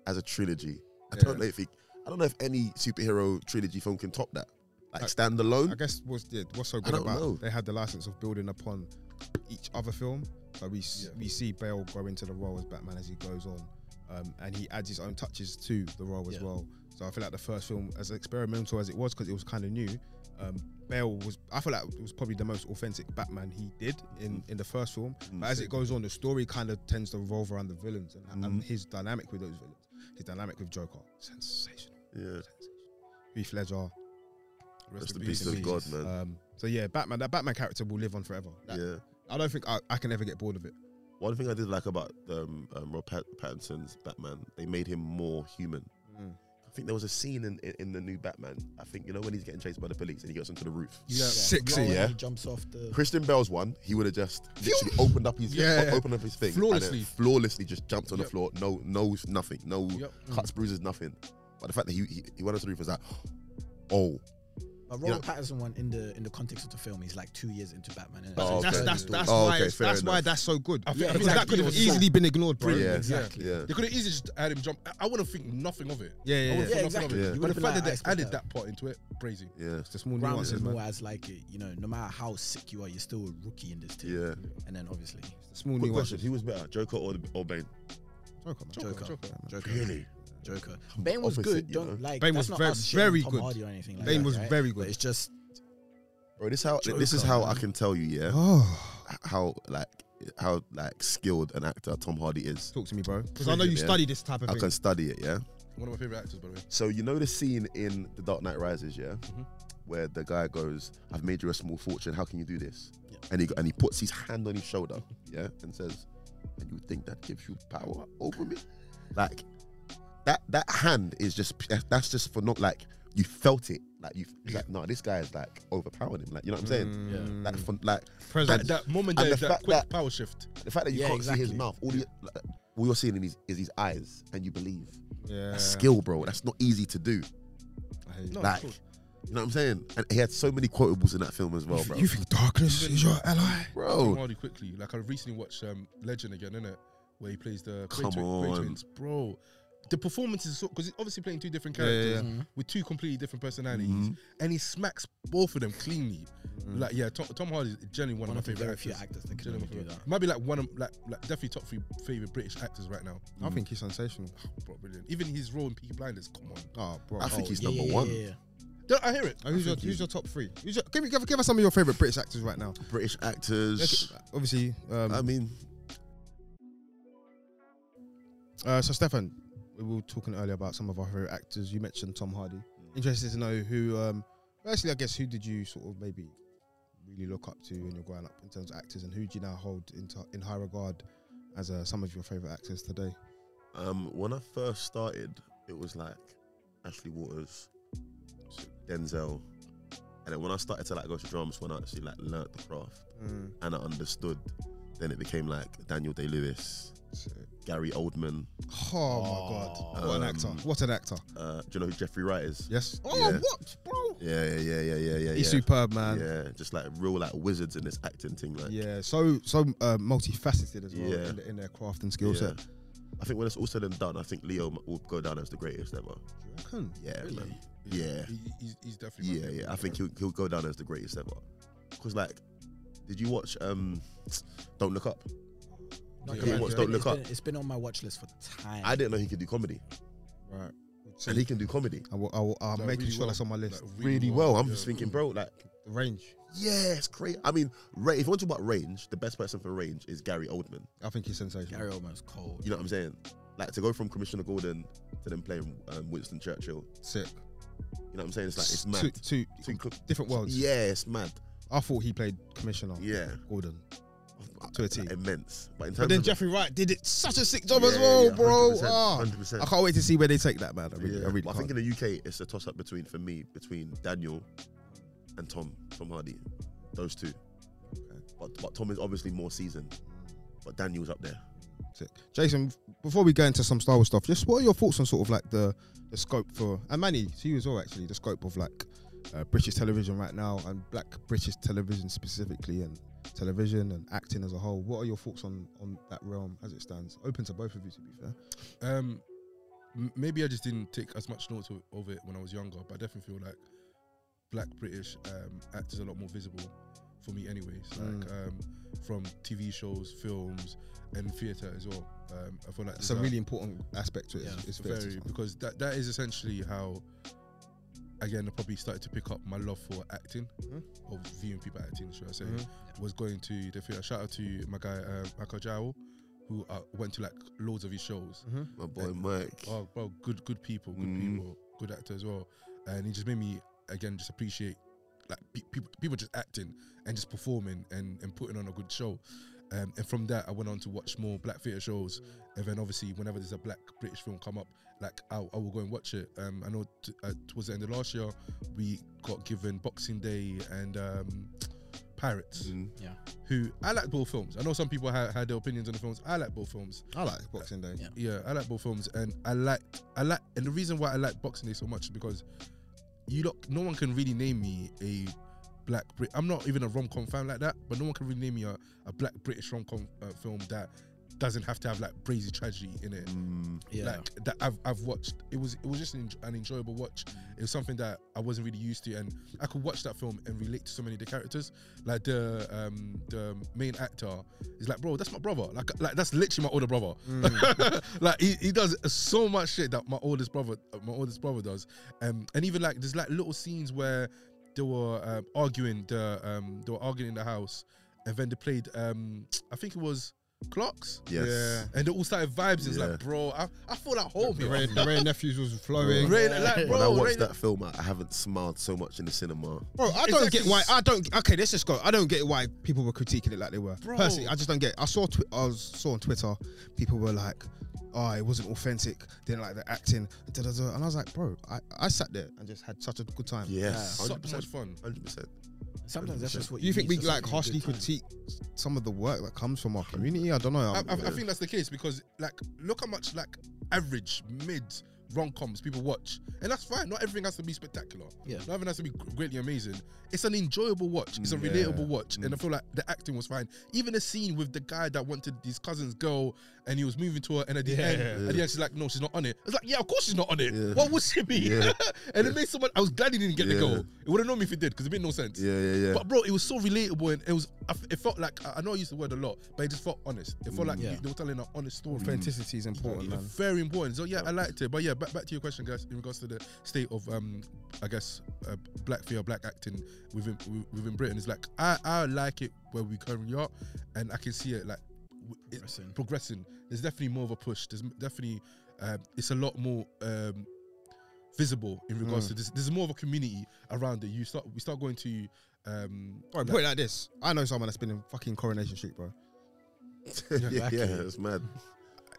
D: as a trilogy. I don't
A: Yeah.
D: know if it, I don't know if any superhero trilogy film can top that. Like
A: I-
D: standalone.
A: I guess what's yeah, what's so
D: I
A: good
D: don't
A: about
D: know.
A: they had the license of building upon each other film. So we s
C: Yeah.
A: we see Bale grow into the role as Batman as he goes on, um, and he adds his own touches to the role as
E: Yeah.
A: well. So I feel like the first film, as experimental as it was, because it was kind of new, um, Bale was. I feel like it was probably the most authentic Batman he did in in the first film. But as it goes on, the story kind of tends to revolve around the villains and,
C: Mm.
A: and his dynamic with those villains. His dynamic with Joker, sensational.
D: yeah.
A: Heath Ledger,
D: That's the
A: in peace,
D: peace of
A: in
D: God, man.
A: um, so yeah, Batman. That Batman character will live on forever. That-
D: yeah.
A: I don't think I, I can ever get bored of it.
D: One thing I did like about um, um, Rob Pat- Pattinson's Batman, they made him more human.
A: Mm.
D: I think there was a scene in, in, in the new Batman. I think you know when he's getting chased by the police and he gets onto the roof.
E: Yeah.
A: Sexy,
E: You know when
D: yeah?
E: He jumps off the.
D: Christian Bell's one, he would have just literally opened up his
A: Yeah, yeah.
D: opened up his thing and
C: Flawlessly.
D: then flawlessly just jumped on
C: Yep.
D: the floor. No, no, nothing. No
C: Yep.
D: cuts, bruises, nothing. But the fact that he he, he went onto the roof was like, oh,
E: But
D: You
E: Robert Patterson one in the in the context of the film, he's like two years into Batman. and
D: Oh,
E: it's
A: That's
D: okay.
E: early
A: that's
E: doors.
A: that's
D: Oh,
A: why
D: okay,
A: it's-
D: fair
A: that's why
D: enough.
A: that's so good.
C: I think- I
E: Yeah,
C: think
A: Because that
E: exactly.
A: could have
E: It was
A: easily been ignored, bro.
D: yeah,
A: Yeah,
E: Exactly.
D: yeah.
C: They could have easily just had him jump. I, I wouldn't think nothing of it.
A: yeah,
C: I
A: yeah.
C: would've
E: Yeah,
C: thought nothing
E: exactly.
D: Yeah.
E: You
C: But
E: would've
C: the
E: been
C: fact
E: like,
C: that
E: "I
C: they
E: expect
C: added that part into it, crazy.
D: Yeah,
A: It's the small
E: Ground
A: nuances,
E: is
A: man.
E: more as like it, you know, no matter how sick you are, you're still a rookie in this team.
D: yeah.
E: And then obviously
A: It's the small
D: Quick question:
A: nuances.
D: Who was better, Joker or, or Bane?
A: Joker, man.
E: Joker, Joker,
C: Joker.
E: Joker,
D: Really?
E: Joker. Bane was
D: Opposite,
E: good.
D: you
E: Don't
D: know.
E: like.
A: Bane
E: that's
A: was
E: not
A: very-
E: us shitting
A: very
E: Tom
A: good.
E: Hardy or anything like
A: Bane
E: that,
A: was
E: right?
A: very
E: But
A: good.
E: it's just
D: Bro, this how this is
E: Joker,
D: how
E: man.
D: I can tell you, yeah.
A: Oh,
D: how like how like skilled an actor Tom Hardy is.
A: talk to me, bro. Because I know you
D: Yeah.
A: study this type of
D: I
A: thing.
D: can study it, yeah.
C: One of my favorite actors, by the way.
D: So you know the scene in The Dark Knight Rises, yeah,
E: Mm-hmm.
C: Mhm.
D: where the guy goes, "I've made you a small fortune. How can you do this?"
E: Yeah.
D: And he and he puts his hand on his shoulder, yeah, and says, "And you think that gives you power over me?" Like that that hand is just that's just for not like you felt it, like you like no, this guy is like overpowering him, like you know what I'm saying?
E: Yeah.
D: Like for, like
C: That,
A: Present.
C: that moment,
D: And
C: there,
D: the
C: that
D: fact
C: quick
D: that-
C: power shift.
D: the fact that you
E: Yeah,
D: can't see his
E: exactly.
D: mouth, all the like, all you're seeing in his, is his eyes, and you believe.
A: Yeah.
D: That's skill, bro. That's not easy to do.
A: I hate you.
C: No,
D: like,
C: cool.
D: You know what I'm saying? And he had so many quotables in that film as well, bro.
A: You think darkness is your ally?
D: Bro,
C: Marley quickly. Like I recently watched um, Legend again, innit? Where he plays the Grey
D: Come
C: Twin- Grey
D: on.
C: Twins, bro. The performance is because he's obviously playing two different
A: Yeah, yeah,
C: characters
A: yeah. Mm-hmm.
E: Mhm.
C: with two completely different personalities,
D: Mhm.
C: and he smacks both of them cleanly.
A: Mm.
C: Like yeah, Tom, Tom Hardy is generally one,
E: One
C: of
E: of
C: my
E: the
C: favorite
E: very few
C: actors.
E: actors that can
C: Generally
E: really
C: one
E: do
C: of my
E: that.
C: favorite- Might be like one of like, like definitely top three favorite British actors right now.
A: I think he's sensational.
C: Bro, brilliant. Even his role in Peaky Blinders, come on.
A: Oh, bro.
D: I think
A: oh,
D: he's
E: Yeah,
D: number
E: yeah,
D: one.
E: Yeah, yeah.
C: Don't- I hear it.
A: Oh, who's, your, who's your top three? Who's your, give, me- give, give us some of your favorite British actors right now.
D: British actors.
A: Obviously, um,
D: I mean,
A: uh, so Stefan, we were talking earlier about some of our favorite actors. You mentioned Tom Hardy.
D: Mm.
A: Interested to know who. Um, actually, I guess who did you sort of maybe really look up to when you're growing up in terms of actors, and who do you now hold in, t- in high regard as uh, some of your favorite actors today?
D: um, when I first started, it was like Ashley Waters, Denzel, and then when I started to like go to drums, when I actually like learnt the craft and I understood, then it became like Daniel Day Lewis, Gary Oldman.
A: Oh, my god! What an actor!
D: Um,
A: What an actor!
D: Uh, do you know who Jeffrey Wright is?
A: Yes.
D: Oh, Yeah.
A: what, bro?
D: Yeah, yeah, yeah, yeah, yeah, yeah.
A: He's
D: yeah.
A: superb, man.
D: Yeah, just like real like wizards in this acting thing. Like,
A: Yeah, so so uh, multifaceted as well
D: Yeah.
A: in, in their craft and skill set.
D: I think when it's all said and done, I think Leo m- will go down as the greatest ever. Yeah, man. Yeah.
C: He, he's, he's definitely. my
D: Yeah, yeah.
C: favorite.
D: I think he'll, he'll go down as the greatest ever. Cause like, did you watch um, Don't Look Up?
E: No,
C: Yeah,
E: yeah,
C: watch
E: it's
D: Don't Look
E: been- it's been-
D: Up.
E: It's been on my watch list for time.
D: I didn't know he could do comedy,
A: Right.
D: and he can do comedy
A: I will, I will, I'm
C: Like,
A: making
C: really
A: sure
C: well.
A: that's on my list.
C: Like,
D: really well. I'm
C: yeah.
D: just thinking, bro, like,
A: The range.
D: yeah, it's great. I mean, ra- if you want to talk about range, the best person for range is Gary Oldman.
A: I think he's sensational.
E: Gary Oldman's cold.
D: You know what I'm saying? Like to go from Commissioner Gordon to them playing um, Winston Churchill.
A: Sick.
D: You know what I'm saying? It's like it's
A: Two-
D: mad.
A: Two,
D: Two cl-
A: different worlds.
D: Yeah, it's mad.
A: I thought he played Commissioner
D: Yeah,
A: Gordon. To a T.
D: Like, immense. But in terms
A: But then
D: of
A: Jeffrey Wright did it such a sick job
D: Yeah,
A: as well,
D: yeah, yeah,
A: bro.
D: 100%,
A: Ah.
D: 100%.
A: I can't wait to see where they take that, man. I really,
D: Yeah.
A: I really
D: But I
A: can't.
D: think in the UK, it's a toss up between for me between Daniel and Tom, Tom Hardy, those two. But but Tom is obviously more seasoned, but Daniel's up there.
A: Sick. Jason, before we go into some Star Wars stuff, just what are your thoughts on sort of like the the scope for and Manny, so you as well actually, the scope of like uh, British television right now and Black British television specifically and television and acting as a whole. What are your thoughts on on that realm as it stands? Open to both of you, to be fair.
C: Um, m- maybe I just didn't take as much note of, of it when I was younger, but I definitely feel like Black British um, actors are a lot more visible for me, anyways.
A: Hmm.
C: Like um, from TV shows, films, and theatre as well. Um, I feel like
A: It's a
C: there's
A: really important aspect to it.
E: Yeah,
A: it's- it's fair to
C: very
A: say.
C: because that that is essentially how. Again, I probably started to pick up my love for acting,
A: Mhm.
C: or viewing people acting, should I say
A: Mhm.
C: was going to the theatre. Shout out to my guy um, Michael Jowl, who uh, went to like loads of his shows.
D: My boy Mike.
C: Oh, bro, good, good people, good
D: Mm.
C: people, good actor as well. And he just made me again just appreciate like pe- people, people just acting and just performing and and putting on a good show. Um, and from that, I went on to watch more black theatre shows. And then obviously, whenever there's a black British film come up, like I, I will go and watch it. Um, I know t- uh, towards the end of last year, we got given Boxing Day and um, Pirates
D: Mm.
C: who I like both films. I know some people had, had their opinions on the films. I like both films.
A: I like Boxing Day.
E: Yeah.
C: Yeah, I like both films, and I like I like, and the reason why I like Boxing Day so much is because you look, no one can really name me a black Brit. I'm not even a rom com fan like that, but no one can really name me a, a black British rom com uh, film that doesn't have to have like crazy tragedy in it
D: Mm.
E: Yeah.
C: like that I've, I've watched it was it was just an, enj- an enjoyable watch it was something that I wasn't really used to and I could watch that film and relate to so many of the characters like the um the main actor is like bro that's my brother like like that's literally my older brother
A: Mm.
C: like he, he does so much shit that my oldest brother uh, my oldest brother does um and even like there's like little scenes where they were um, arguing the um they were arguing in the house and then they played um I think it was Clocks
D: Yes.
A: Yeah.
C: and they all started vibes. It's
D: Yeah.
C: like, bro, I, I feel at home
A: The
C: here.
A: Ray,
C: Rain,
A: the Ray nephews was flowing.
C: like,
D: When I
C: bro,
D: watched
C: Rain-
D: that film, I, I haven't smiled so much in the cinema.
A: Bro, I don't
C: Exactly.
A: get why I don't. Okay, let's just go. I don't get why people were critiquing it like they were.
C: Bro.
A: Personally, I just don't get. It. I saw twi- I was, saw on Twitter people were like, "Oh, it wasn't authentic. Didn't like the acting." da, da, da. And I was like, "Bro, I, I sat there and just had such a good time."
D: Yes,
C: so
D: hundred
C: much
D: percent,
C: fun.
D: hundred percent.
E: Sometimes that's just what
A: You think we
E: need, just
A: like
E: something
A: harshly
E: good time.
A: critique some of the work that comes from our community? I don't know.
C: I,
A: I'm-
C: I, I think that's the case because, like, look how much like average mid rom coms people watch, and that's fine. Not everything has to be spectacular.
E: Yeah.
C: Not everything has to be gr- greatly amazing. It's an enjoyable watch. It's a
A: Mm, yeah.
C: relatable watch, and I feel like the acting was fine. Even the scene with the guy that wanted his cousin's girl, and he was moving to her, and at the
B: Yeah.
C: end,
D: Yeah.
C: at the end, she's like, "No, she's not on it." It's like, "Yeah, of course she's not on it.
D: Yeah.
C: What would she be?"
D: Yeah.
C: and it made someone. I was glad he didn't get the
D: Yeah.
C: goal. It would have known me if he did, because it made no sense.
D: Yeah, yeah, yeah.
C: But bro, it was so relatable, and it was. I f- It felt like I I know I use the word a lot, but it just felt honest. It
D: Mm.
C: felt like
E: Yeah.
C: you- they were telling an honest story.
A: Authenticity is important,
C: Yeah,
A: man.
C: Very important. So yeah, I liked it. But yeah, back, back to your question, guys, in regards to the state of, um, I guess, uh, black fear, black acting within wi- within Britain. It's like I, I like it where we currently are, and I can see it like w- it's
E: Progressing.
C: progressing. There's definitely more of a push. There's m- definitely, um, it's a lot more um, visible in regards
A: Mm.
C: to this. There's more of a community around it. You start, we start going to. Um,
A: All right,
C: like-
A: put it like this. I know someone that's been in fucking Coronation Street, bro.
D: yeah, yeah,
E: exactly.
D: it's mad.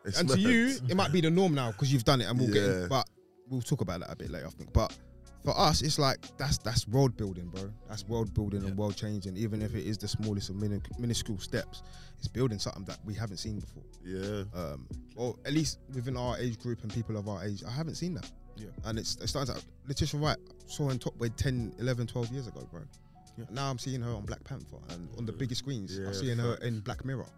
D: It's
A: and to
D: mad.
A: you, it might be the norm now because you've done it, and we'll get.
D: Yeah.
A: In, but we'll talk about that a bit later, I think. But for us, it's like that's that's world building, bro. That's world building and world changing. Even if it is the smallest of mini, minuscule steps, it's building something that we haven't seen before.
D: yeah,
A: Um, or at least within our age group and people of our age, I haven't seen that.
C: Yeah.
A: And it's it starts out. Letitia Wright saw on Top Boy 10, 11, 12 years ago, bro.
C: Yeah.
A: Now I'm seeing her on Black Panther and on the biggest screens.
D: Yeah,
A: I'm seeing her in Black Mirror.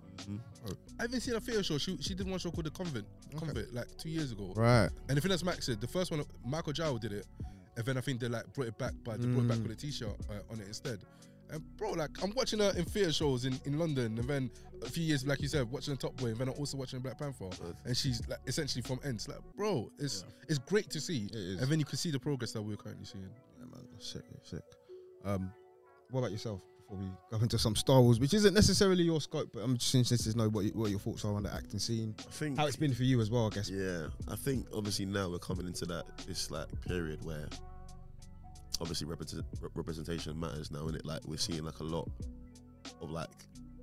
C: I haven't seen a theatre show. She, she did one show called The Convent, Convent, like two years ago.
A: Right.
C: And the thing that's Max said, the first one, Michael Jow did it, and then I think they like brought it back, but they brought it back
A: Mm.
C: with a T-shirt uh, on it instead. And bro, like I'm watching her in theatre shows in, in London, and then a few years, like you said, watching Top Boy, and then I'm also watching Black Panther, and she's like essentially from ends. Like, bro, it's it's great to see,
A: is.
C: and then you can see the progress that we're currently seeing.
A: Yeah, man, that's sick, that's sick. Um, what about yourself? Before we go into some Star Wars, which isn't necessarily your scope, but I'm just interested to know what, you, what your thoughts are on the acting scene,
D: I think
A: how it's been for you as well, I guess.
D: Yeah, I think obviously now we're coming into that this like period where obviously represent, re- representation matters now, and it like we're seeing like a lot of like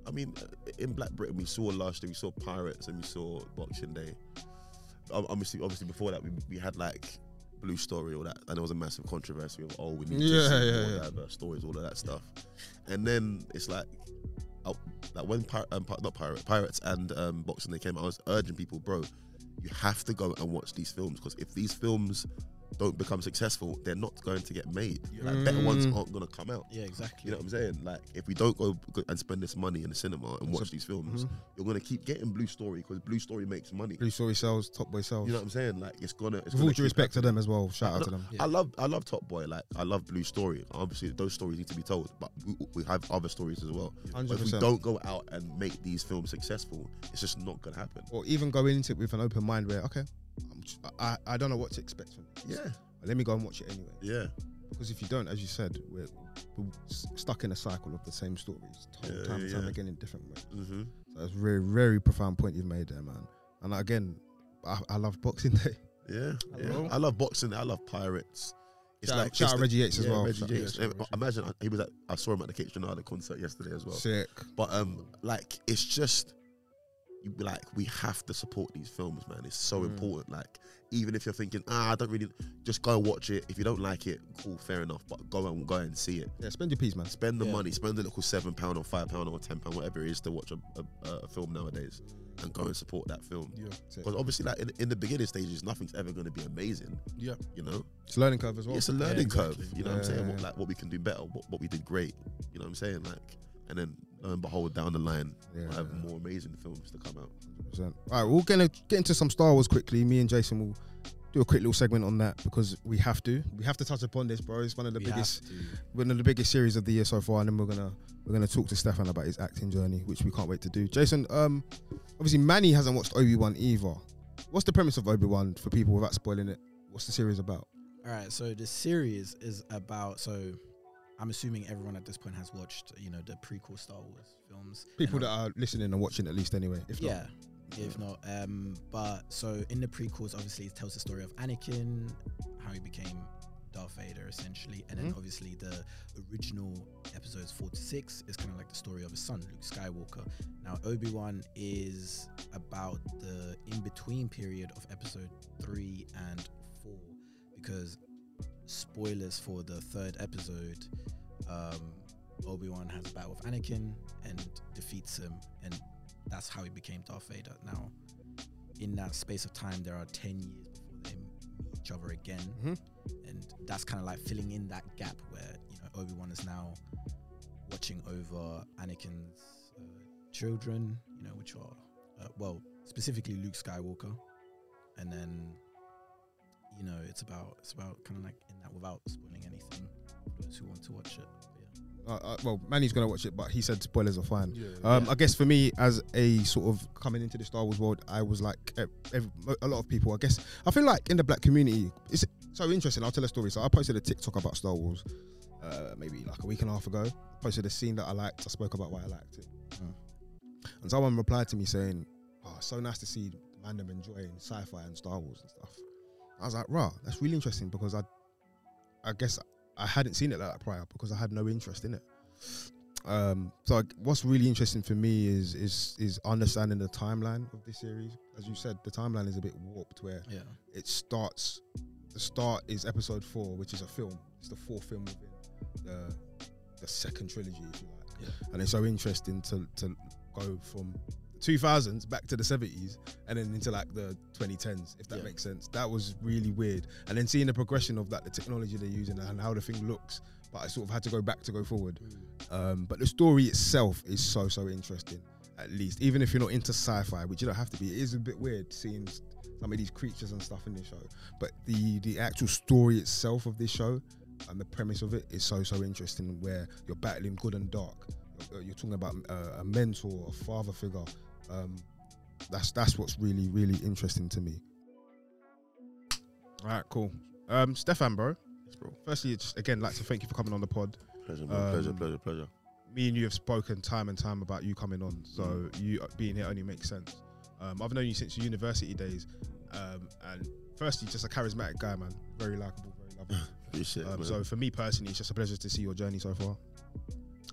D: I mean uh, in Black Britain we saw last year we saw Pirates and we saw Boxing Day. Ob- Obviously, obviously before that we, we had like Blue Story all that, and there was a massive controversy of oh we need
A: Yeah,
D: to see
A: yeah,
D: more
A: yeah.
D: diverse stories, all of that stuff, and then it's like out- like when Pir- um, Pir- not pirate pirates and um, boxing they came out, I was urging people, bro, you have to go and watch these films because if these films don't become successful, they're not going to get made. Like, Better ones aren't going to come out.
E: Yeah,
D: You
E: exactly.
D: know what I'm saying? Like, if we don't go go and spend this money in the cinema and watch these films, you're gonna keep getting Blue Story because Blue Story makes money.
A: Mm-hmm. Blue Story sells, Top Boy sells.
D: You know what I'm saying? Like, it's gonna. It's
A: With
D: gonna
A: all due
D: keep
A: respect to
D: happening.
A: them as well, shout out to them.
E: Yeah.
D: I love I love Top Boy. Like I love Blue Story. Obviously, those stories need to be told, but we, we have other stories as well. But if we
A: 100%.
D: don't go out and make these films successful, it's just not gonna happen.
A: Or even go into it with an open mind where, okay, I'm just, I, I don't know what to expect from this.
D: Yeah,
A: But let me go and watch it anyway.
D: yeah,
A: Because if you don't, as you said, we're, we're s- stuck in a cycle of the same stories told
D: Yeah,
A: time and
D: yeah,
A: time
D: yeah.
A: again in different ways.
D: mm-hmm.
A: That's a very, very profound point you've made there, man. And again, I, I love Boxing Day.
D: yeah.
A: I
D: yeah.
A: love-
D: I love boxing. I love pirates. It's
A: Shout-
D: like
A: shout
D: it's
A: out
D: the-
A: Reggie Yates as
D: yeah,
A: well.
D: Reggie
A: Shout-
D: Yates.
A: yeah, shout out
D: I- I imagine I- he was at. I saw him at the Kitchen Island concert yesterday as well.
A: Sick.
D: But um, like it's just you like we have to support these films, man. It's so
C: Mm.
D: important. Like even if you're thinking, ah, I don't really, just go and watch it. If you don't like it, cool, fair enough. But go and go and see it.
A: Yeah, spend your peas, man.
D: Spend the
E: Yeah.
D: money. Spend the little seven pound or five pound or ten pound, whatever it is, to watch a, a, a film nowadays, and go and support that film.
C: Yeah,
D: Because obviously, like in, in the beginning stages, nothing's ever going to be amazing.
C: yeah.
D: You know,
A: It's a learning curve as well.
D: it's a learning
E: exactly.
D: curve. You know what I'm saying? What,
A: Yeah.
D: like what we can do better, what, what we did great. You know what I'm saying? Like, and then lo and behold, down the line,
A: Yeah.
D: we'll have more amazing films to come out.
A: 100%. All right, we're gonna get into some Star Wars quickly. Me and Jason will do a quick little segment on that because we have to. We have to touch upon this, bro. It's one of the
E: We
A: biggest,
E: have to.
A: one of the biggest series of the year so far, and then we're gonna we're gonna talk to Stefan about his acting journey, which we can't wait to do. Jason, um, obviously Manny hasn't watched Obi Wan either. What's the premise of Obi Wan for people without spoiling it? What's the series about?
E: All right, so the series is about so I'm assuming everyone at this point has watched, you know, the prequel Star Wars films.
A: People
E: And
A: that are listening and watching at least, anyway. If
E: yeah, if not, um, but so in the prequels, obviously, it tells the story of Anakin, how he became Darth Vader, essentially, and then
A: Mhm.
E: obviously the original episodes four to six is kind of like the story of his son, Luke Skywalker. Now, Obi Wan is about the in between period of episode three and four, because spoilers for the third episode. Um, Obi Wan has a battle with Anakin and defeats him, and that's how he became Darth Vader. Now, in that space of time, there are 10 years before they meet each other again,
A: Mhm.
E: and that's kind of like filling in that gap where you know Obi Wan is now watching over Anakin's uh, children, you know, which are uh, well specifically Luke Skywalker, and then you know it's about it's about kind of like in that without spoiling anything for those who want to watch it.
A: Uh, uh, well, Manny's gonna watch it, but he said spoilers are fine.
C: Yeah.
A: Um, I guess for me, as a sort of coming into the Star Wars world, I was like ev- ev- a lot of people. I guess I feel like in the black community, it's so interesting. I'll tell a story. So I posted a TikTok about Star Wars, uh, maybe like a week and a half ago. posted a scene that I liked. I spoke about why I liked it, and someone replied to me saying, "Oh, it's so nice to see Mandem enjoying sci-fi and Star Wars and stuff." I was like, "Rah, that's really interesting because I, I guess I hadn't seen it like that prior because I had no interest in it." Um, so like, what's really interesting for me is is is understanding the timeline of this series. As you said, the timeline is a bit warped where
E: Yeah,
A: it starts. The start is episode four, which is a film. It's the fourth film within the the second trilogy, if you like.
E: Yeah.
A: And it's so interesting to to go from the 2000s back to the 70s and then into like the 2010s, if that
E: Yeah.
A: makes sense. That was really weird. And then seeing the progression of that, the technology they're using and how the thing looks. But I sort of had to go back to go forward.
E: Mm.
A: Um, but the story itself is so so interesting. At least, even if you're not into sci-fi, which you don't have to be, it is a bit weird seeing some of these creatures and stuff in this show. But the the actual story itself of this show and the premise of it is so so interesting. Where you're battling good and dark. You're, you're talking about uh, a mentor, a father figure. Um, that's that's what's really really interesting to me. All right, cool. Um, Stefan, bro.
D: bro.
A: Firstly, just again like to thank you for coming on the pod
D: Pleasure, man. pleasure,
A: Um,
D: pleasure, pleasure.
A: me and you have spoken time and time about you coming on, so you being here only makes sense. Um, I've known you since your university days, um, and firstly, just a charismatic guy, man. Very likable, very lovable.
D: Appreciate it,
A: Um,
D: man.
A: so for me personally, it's just a pleasure to see your journey so far,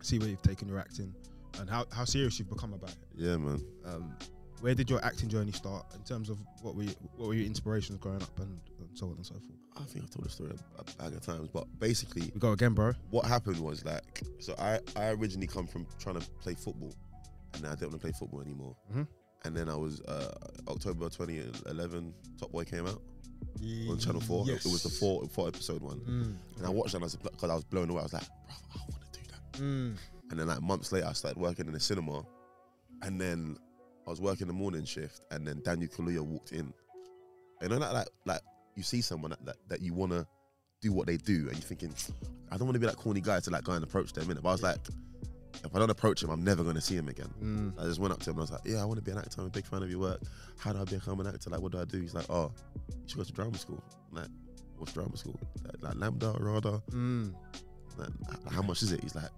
A: see where you've taken your acting, and how, how serious you've become about it.
D: yeah, man.
A: Um, where did your acting journey start in terms of what were you, what were your inspirations growing up and, and so on and so forth?
D: I think I told the story a, a bag of times, but basically,
A: We go again, bro.
D: what happened was like, so I, I originally come from trying to play football, and I didn't want to play football anymore.
A: Mhm.
D: And then I was uh, October 2011, Top Boy came out on Channel Four. It was the four four episode one,
A: Mm,
D: and I watched it and I was because I was blown away. I was like, bro, I want to do that.
A: mm,
D: And then like months later, I started working in a cinema, and then I was working the morning shift, and then Daniel Kaluuya walked in. You know, like like, like you see someone that, that, that you wanna do what they do, and you're thinking, I don't want to be that corny guy to like go and approach them. innit? But I was like, if I don't approach him, I'm never gonna see him again.
A: mm.
D: I just went up to him and I was like, Yeah, I want to be an actor. I'm a big fan of your work. How do I become an actor? Like, what do I do? He's like, Oh, you should go to drama school. I'm like, what's drama school? Like, like Lambda, Rada.
A: Mm.
D: Like, h- how much is it? He's like,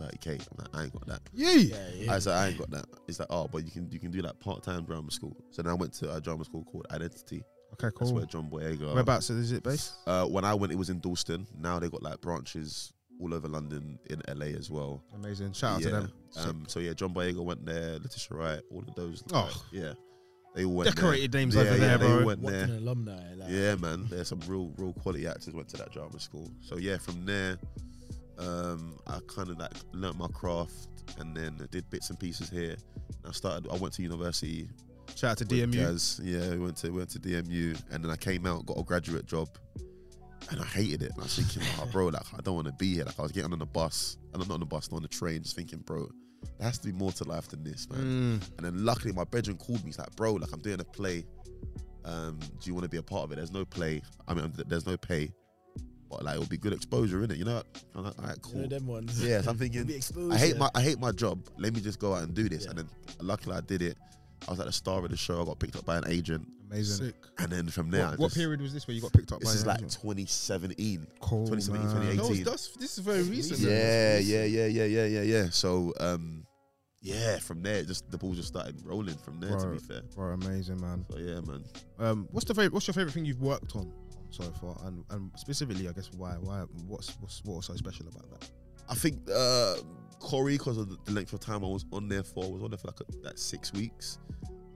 D: 30k. I'm like, I ain't got that.
A: Yeah.
D: I said I ain't got that. It's like oh, but you can you can do like part time drama school. So then I went to a drama school called Identity.
A: Okay,
D: That's where
A: cool.
D: John Boyega.
A: Whereabouts is it based?
D: Uh, when I went, it was in Dalston. Now they got like branches all over London, in LA as well.
A: Amazing. Shout out
D: yeah.
A: to them.
D: Um, so yeah, John Boyega went there. Letitia Wright, all of those.
A: Oh.
D: like, yeah, they all went there.
A: Decorated names
D: Yeah,
A: over
D: yeah,
A: there,
D: they
A: bro.
D: all went
E: what
D: there.
E: an alumni! Like,
D: Yeah, man, there's some real, real quality actors went to that drama school. So yeah, from there, um, I kind of like learnt my craft, and then I did bits and pieces here. And I started. I went to university.
A: Shout out to
D: with
A: DMU.
D: Jazz. Yeah, we went to went to DMU, and then I came out, got a graduate job, and I hated it. And I was thinking, oh, bro, like I don't want to be here. Like I was getting on the bus, and I'm not on the bus, not on the train, just thinking, bro, there has to be more to life than this, man.
A: Mm.
D: And then luckily my bedroom called me. He's like, bro, like I'm doing a play. Um, do you want to be a part of it? There's no play. I mean, th- there's no pay, but like it'll be good exposure, innit? You know? I'm like, all right,
E: you know
D: cool.
E: them ones.
D: Yeah, so I'm
E: You'll be
D: thinking,
E: exposed,
D: I hate
E: yeah.
D: my I hate my job. Let me just go out and do this.
E: Yeah.
D: And then luckily I did it. I was like the star of the show. I got picked up by an agent,
A: Amazing.
C: Sick.
D: and then from there,
A: what
D: I
A: what
D: just-
A: period was this where you got picked up?
D: This
A: by
D: is
A: an
D: like
A: agent?
D: 2017.
A: cool,
D: 2017,
A: man.
D: 2018.
C: That was,
D: 18.
C: that's, this is very recent. then.
D: Yeah, yeah, yeah, yeah, yeah, yeah, yeah. So, um, yeah, from there, just the ball just started rolling from there. To
A: Bro.
D: be fair,
A: Bro, amazing, man.
D: so yeah, man.
A: Um, what's the favorite? What's your favorite thing you've worked on so far? And and specifically, I guess why why what's what's what's so special about that?
D: I think uh, Corey, because of the- the length of time I was on there for, I was on there for like, a, like six weeks.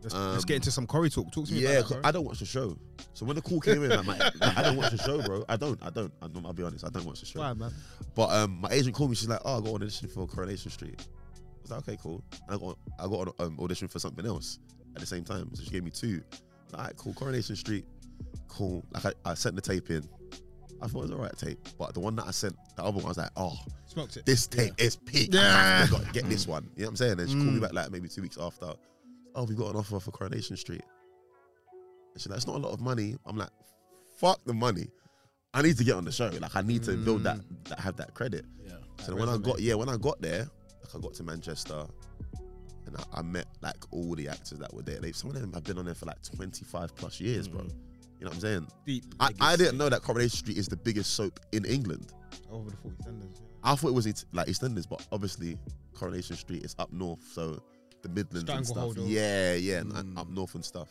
A: Let's,
D: Um,
A: let's get into some Corey talk. Talk to me
D: Yeah,
A: about
D: 'cause
A: that, bro.
D: I don't watch the show. So when the call came in, I'm like, I don't watch the show, bro. I don't, I don't, I don't I'll be honest, I don't watch the show.
A: Why, man?
D: But um, my agent called me. She's like, "Oh, I got an audition for Coronation Street." I was like, "Okay, cool." And I got I got an um, audition for something else at the same time. So she gave me two. All right, cool. Coronation Street, cool. Like I, I sent the tape in. I thought it was alright tape, but the one that I sent, the other one, I was like, oh,
C: Smoked it.
D: this tape is peak.
C: Yeah.
D: Yeah. Mm. got to get this one. You know what I'm saying? And she called me
A: Mm.
D: back like maybe two weeks after. Oh, we've got an offer for Coronation Street. And she's like, it's not a lot of money. I'm like, fuck the money. I need to get on the show. Like I need to build that, that have Mm. that credit.
B: Yeah.
D: So when I got yeah, when I got there, like I got to Manchester, and I, I met like all the actors that were there. They, some of them have been on there for like 25 plus years, bro. You know what I'm saying?
E: Deep.
D: Mm. I, I didn't know that Coronation Street is the biggest soap in England.
A: Over the 40 standards.
D: I thought it was East- like EastEnders, but obviously Coronation Street is up north, so the Midlands and stuff.
C: Stranglehold of-
D: Yeah, yeah, and
E: Mm.
D: up north and stuff.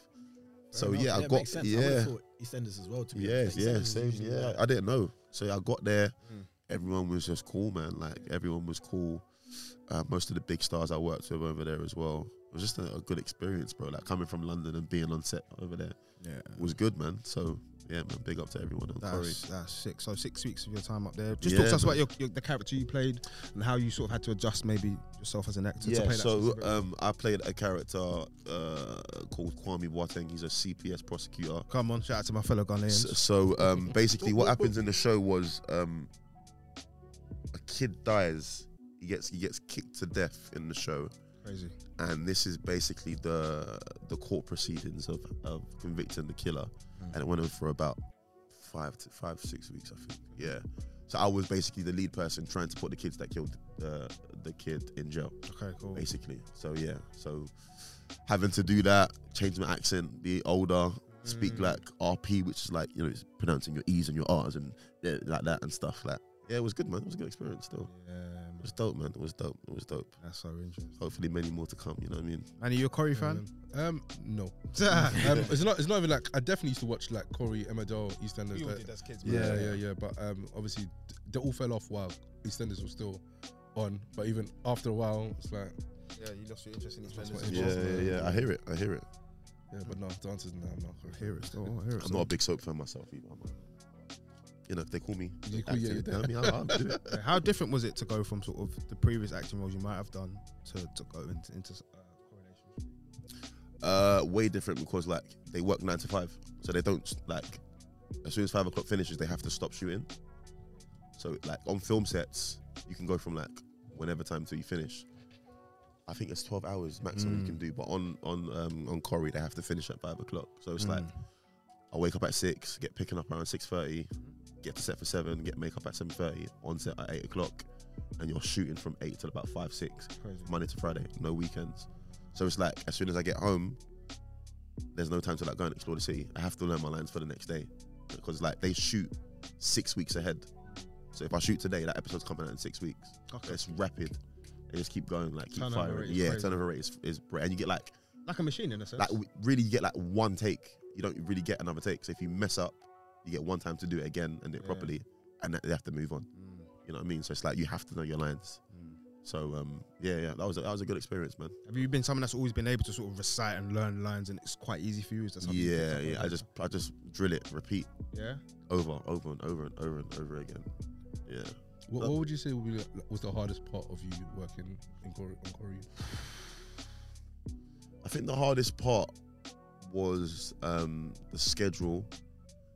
D: so yeah, I got
E: sense. I would've
D: yeah,
E: thought EastEnders as well. To be
D: yes,
E: honest.
D: yeah,
E: EastEnders
D: same,
E: is usually
D: yeah.
E: like-
D: I didn't know, so I got there.
A: Mm.
D: Everyone was just cool, man. Like everyone was cool. Uh, most of the big stars I worked with over there as well. It was just a, a good experience, bro. Like coming from London and being on set over there
A: Yeah.
D: was good, man. So yeah, man. Big up to everyone. on Corrie.
A: That's, that's sick. So six weeks of your time up there. Just
D: Yeah,
A: talk to us about
D: man.
A: your, your, the character you played and how you sort of had to adjust maybe yourself as an actor to
D: yeah,
A: play that. sort of
D: so
A: script.
D: um, I played a character uh, called Kwame Boateng. He's a CPS prosecutor.
A: Come on, shout out to my fellow Ghanaians.
D: So, so um, basically, what happens in the show was um, a kid dies. He gets he gets kicked to death in the show,
A: Crazy.
D: and this is basically the the court proceedings of, of convicting the killer,
A: Hmm.
D: and it went on for about five to five six weeks, I think. Yeah. So I was basically the lead person trying to put the kids that killed uh, the kid in jail
A: Okay, cool.
D: basically. So yeah, so having to do that, change my accent, be older, speak
A: Mm.
D: like RP, which is like you know, it's pronouncing your E's and your R's and yeah, like that and stuff. Like yeah, it was good, man. It was a good experience. Still,
A: Yeah,
D: it
A: man.
D: was dope, man. It was dope. It was dope.
A: that's so interesting.
D: Hopefully, many more to come. You know what I mean?
A: And are you a Corey fan?
C: Um, no.
A: Yeah.
C: Um, it's not. It's not even like I definitely used to watch like Corey, Emmerdale, EastEnders.
E: We all
C: like-
E: did as kids.
C: yeah, yeah, yeah. But um, obviously th- they all fell off while EastEnders was still on. But even after a while, it's like
A: you lost your interest in
C: these That's vendors. what it is.
D: I hear it. I hear it.
C: yeah. But no, the answer's no. I'm not.
A: I hear it. Still. I hear it.
D: I'm not a big soap fan myself either. I'm a- you know, if they call me,
C: You call- yeah,
D: acting,
C: you
D: you know what I mean? I'll, I'll do it.
A: Yeah, How different was it to go from sort of the previous acting roles you might have done to, to go into into uh, correlation?
D: Uh, way different because like they work nine to five, so they don't like. As soon as five o'clock finishes, they have to stop shooting. So like on film sets, you can go from like whenever time till you finish. I think it's twelve hours maximum you
A: Mm.
D: can do, but on on um, on Corey they have to finish at five o'clock. So it's like I wake up at six, get picking up around six thirty, get to set for seven, get makeup at seven thirty, on set at eight o'clock, and you're shooting from eight till about five six.
A: crazy.
D: Monday to Friday, no weekends. So it's like as soon as I get home, there's no time to like go and explore the city. I have to learn my lines for the next day because like they shoot six weeks ahead. So if I shoot today, that episode's coming out in six weeks.
A: Okay.
D: It's rapid. They just keep going, like keep
A: Turnover rate
D: firing.
A: is
D: Yeah,
A: crazy.
D: turnover rate is, is bra- and you get like
A: Like a machine in a sense.
D: like w- really you get like one take. You don't really get another take. So if you mess up, you get one time to do it again and do it
A: Yeah.
D: properly, and that- they have to move on.
A: Mm,
D: You know what I mean? So it's like you have to know your lines.
A: mm.
D: So um, yeah, yeah, that was a, that was a good experience, man.
A: Have you been someone that's always been able to sort of recite and learn lines, and it's quite easy for you? Is that something you picked
D: Yeah,
A: up
D: yeah.
A: on?
D: I just I just drill it, repeat
A: yeah.
D: over, over and over and over and over again. Yeah.
C: What,
D: Look.
C: what would you say would be like, was the hardest part of you working in Corey, on Corey?
D: I think the hardest part was um, the schedule,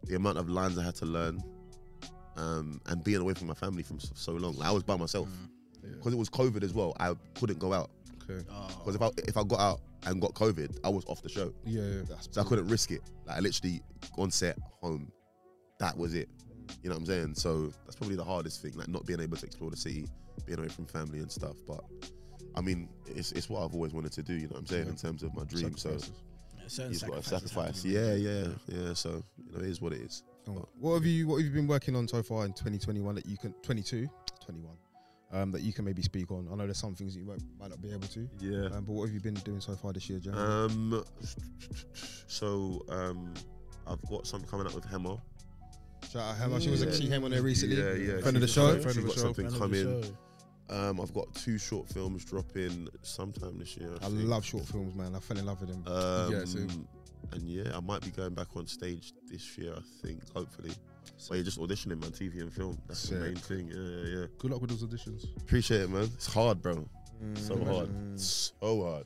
D: the amount of lines I had to learn, um, and being away from my family from so, so long. Like, I was by myself
C: Mm. Yeah. Oh.
D: because it was COVID as well. I couldn't go out
C: Okay.
E: Oh,
D: because if I if I got out and got COVID, I was off the show,
C: Yeah. yeah.
D: so I couldn't risk it. Like I literally on set, home, that was it. You know what I'm saying? So that's probably the hardest thing, like not being able to explore the city, being away from family and stuff. But I mean, it's it's what I've always wanted to do. You know what I'm saying?
C: Yeah.
D: In terms of my dream, so
C: Sacrifices.
E: Certain
D: you've got to
E: sacrifices have
D: sacrifice.
E: to be made.
D: Yeah, yeah, yeah. So you know, it is what it is.
A: Cool. What have you What have you been working on so far in 2021 that you can 22 21 um, that you can maybe speak on? I know there's some things you won't, might not be able to,
D: Yeah.
A: um, but what have you been doing so far this year, Jeremy?
C: Uh,
D: Um. So um, I've got some coming up with Hemo.
A: Shout out Hema. She was
D: yeah.
A: she came on there recently.
D: Yeah, yeah.
A: Friend of the
D: she's-
A: show.
D: she's
A: Friend of the
D: got
A: show.
D: something
E: Friend of the
D: coming.
E: show.
D: Um, I've got two short films dropping sometime this year.
A: I
D: think.
A: love short films, man. I fell in love with them.
D: Um,
C: Yeah, so-
D: And yeah, I might be going back on stage this year, I think, hopefully. So you're just auditioning, man, TV and film. That's
A: Sick.
D: the main thing. Yeah, yeah, yeah.
C: Good luck with those auditions.
D: Appreciate it, man. It's hard, bro. So
C: Mm.
D: hard. So hard.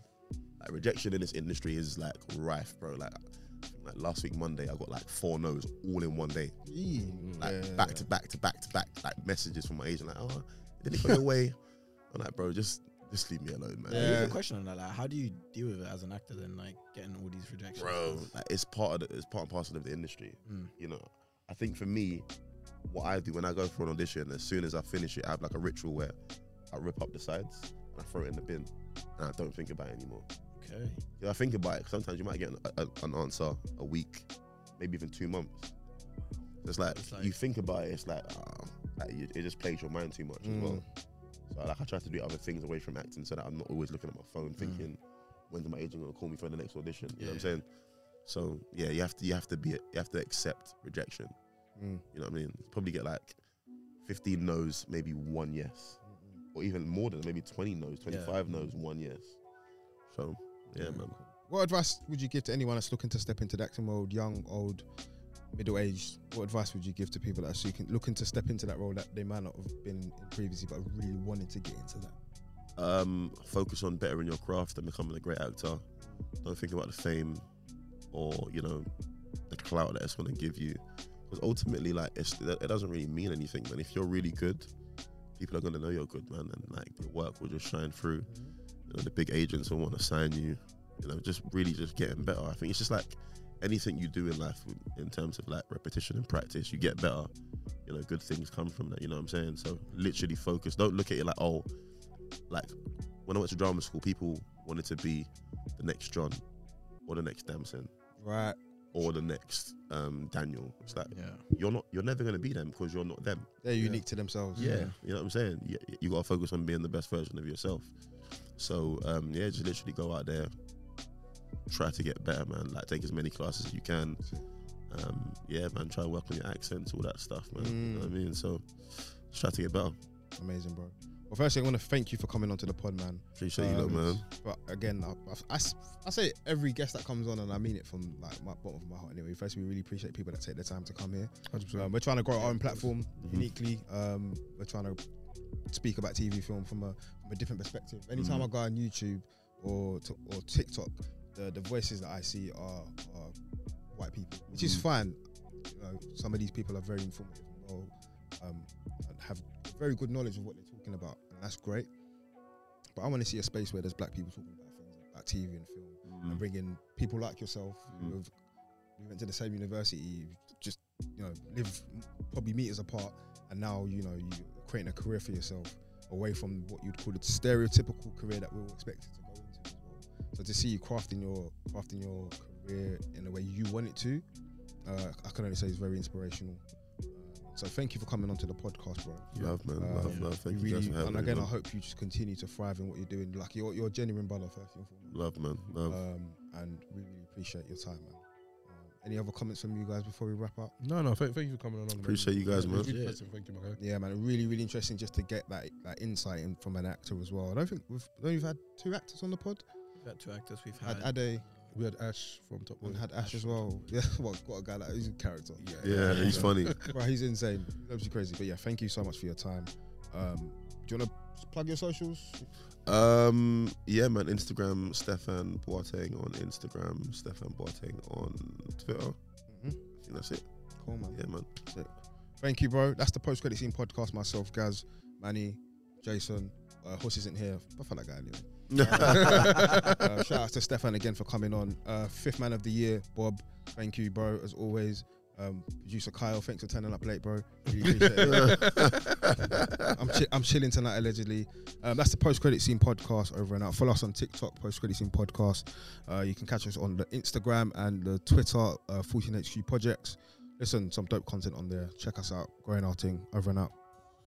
D: Like, rejection in this industry is like rife, bro. Like, Like last week Monday, I got like four no's all in one day. Like
C: Mm. Yeah.
D: back to back to back to back, like messages from my agent, like, oh, did it go your way? I'm like, bro, just just leave me alone, man.
E: I have
C: Yeah.
E: a question on that. Like, how do you deal with it as an actor then, like getting all these rejections?
D: Bro, like, it's part of the, it's part and parcel of the industry.
E: Mm.
D: You know, I think for me, what I do when I go for an audition, as soon as I finish it, I have like a ritual where I rip up the sides and I throw it in the bin, and I don't think about it anymore.
E: Okay.
D: If I think about it, sometimes you might get an, a, an answer a week, maybe even two months. It's like,
E: It's like-
D: you think about it, it's like, ah, like you, it just plays your mind too much
A: Mm.
D: as well. So like I try to do other things away from acting so that I'm not always looking at my phone thinking, when's my agent gonna call me for the next audition? You know what I'm
E: Yeah.
D: saying? So yeah, you have to you have to be you have to accept rejection.
A: Mm.
D: You know what I mean? Probably get like 15 no's, maybe one yes, or even more than that, maybe 20 no's, 25 no's, one yes. So yeah, man.
A: What advice would you give to anyone that's looking to step into the acting world, young, old, middle aged? What advice would you give to people that are seeking, looking to step into that role that they might not have been in previously, but really wanted to get into that?
D: um, focus on bettering your craft and becoming a great actor. Don't think about the fame or you know the clout that it's going to give you, because ultimately, like it's, it doesn't really mean anything. Man, if you're really good, people are going to know you're good, man, and like your work will just shine through. You know, the big agents will want to sign you. You know, just really just getting better. I think it's just like anything you do in life, in terms of like repetition and practice, you get better. You know, good things come from that. You know what I'm saying? So literally focus. Don't look at it like oh like when I went to drama school, people wanted to be the next John or the next Damson
A: Right.
D: or the next um, Daniel. It's like
E: Yeah.
D: you're not you're never gonna be them because you're not them.
A: They're unique to themselves.
D: You know what I'm saying? You, you gotta focus on being the best version of yourself. So um, yeah, just literally go out there, try to get better, man. Like take as many classes as you can. Um, yeah, man, try to work on your accents, all that stuff, man. You know
A: Mm.
D: what I mean? So just try to get better.
A: Amazing, bro. Well, firstly, I want to thank you for coming onto the pod, man.
D: Appreciate you, though,
A: Um,
D: man.
A: But again, I, I- I s- I say it every guest that comes on, and I mean it from like my bottom of my heart. Anyway, first we really appreciate people that take the time to come here.
C: 100%.
A: Um, we're trying to grow our own platform
D: Mm-hmm.
A: uniquely. Um, we're trying to speak about TV film from a from a different perspective. Anytime
D: Mm-hmm.
A: I go on YouTube or to, or TikTok, the the voices that I see are, are white people, which is
D: Mm.
A: fine. You know, some of these people are very informative and well, um, and have very good knowledge of what they're talking about, and that's great. But I want to see a space where there's black people talking about things like TV and film, and bringing people like yourself who have we went to the same university, just you know live probably meters apart, and now you know you're creating a career for yourself away from what you'd call the stereotypical career that we were expected to go into as well. So to see you crafting your crafting your career in the way you want it to, uh, I can only say it's very inspirational. Uh, so thank you for coming onto the podcast, bro.
D: Love, man.
A: Um,
D: love, love. Thank
A: We
D: you guys
A: really-
D: for having
A: and
D: me.
A: again,
D: man.
A: I hope you just continue to thrive in what you're doing. Like you're, you're a genuine brother first and foremost,
D: Love, man. Love.
A: um, and we really appreciate your time, man. Um, any other comments from you guys before we wrap up?
C: No, no, thank, thank you for coming along. man.
D: Appreciate you guys,
C: Yeah,
D: man.
C: it's really impressive. Thank you, my guy.
A: Yeah, man, really, really interesting just to get that that insight in from an actor as well. I don't think we've I don't think we've had two actors on the pod.
E: We've got two actors. We've
A: Had
E: had.
A: Ade
C: We had Ash from Top Boy.
A: and had Ash as well. Yeah, well, got a guy that is a character.
D: yeah, he's funny.
A: Right, he's insane. He loves you crazy. But yeah, thank you so much for your time. Um, do you want to plug your socials?
D: Um, yeah, man. Instagram, Stefan Boateng on Instagram, Stefan Boateng on Twitter.
A: Mhm.
D: I think that's it.
A: Cool, man.
D: Yeah, man.
A: Thank you, bro. That's the post credit scene podcast. Myself, Gaz, Manny, Jason. Uh, Horse isn't here. I found that guy anyway. uh, shout out to Stefan again for coming on. Uh, fifth man of the year, Bob. Thank you, bro, as always. Um, producer Kyle, thanks for turning up late, bro. Really appreciate it. I'm, chi- I'm chilling tonight, allegedly. Um, that's the post credit scene podcast over and out. Follow us on TikTok, post credit scene podcast. Uh, you can catch us on the Instagram and the Twitter, uh, 14HQ Projects. Listen, some dope content on there. Check us out. Growing our thing over and out.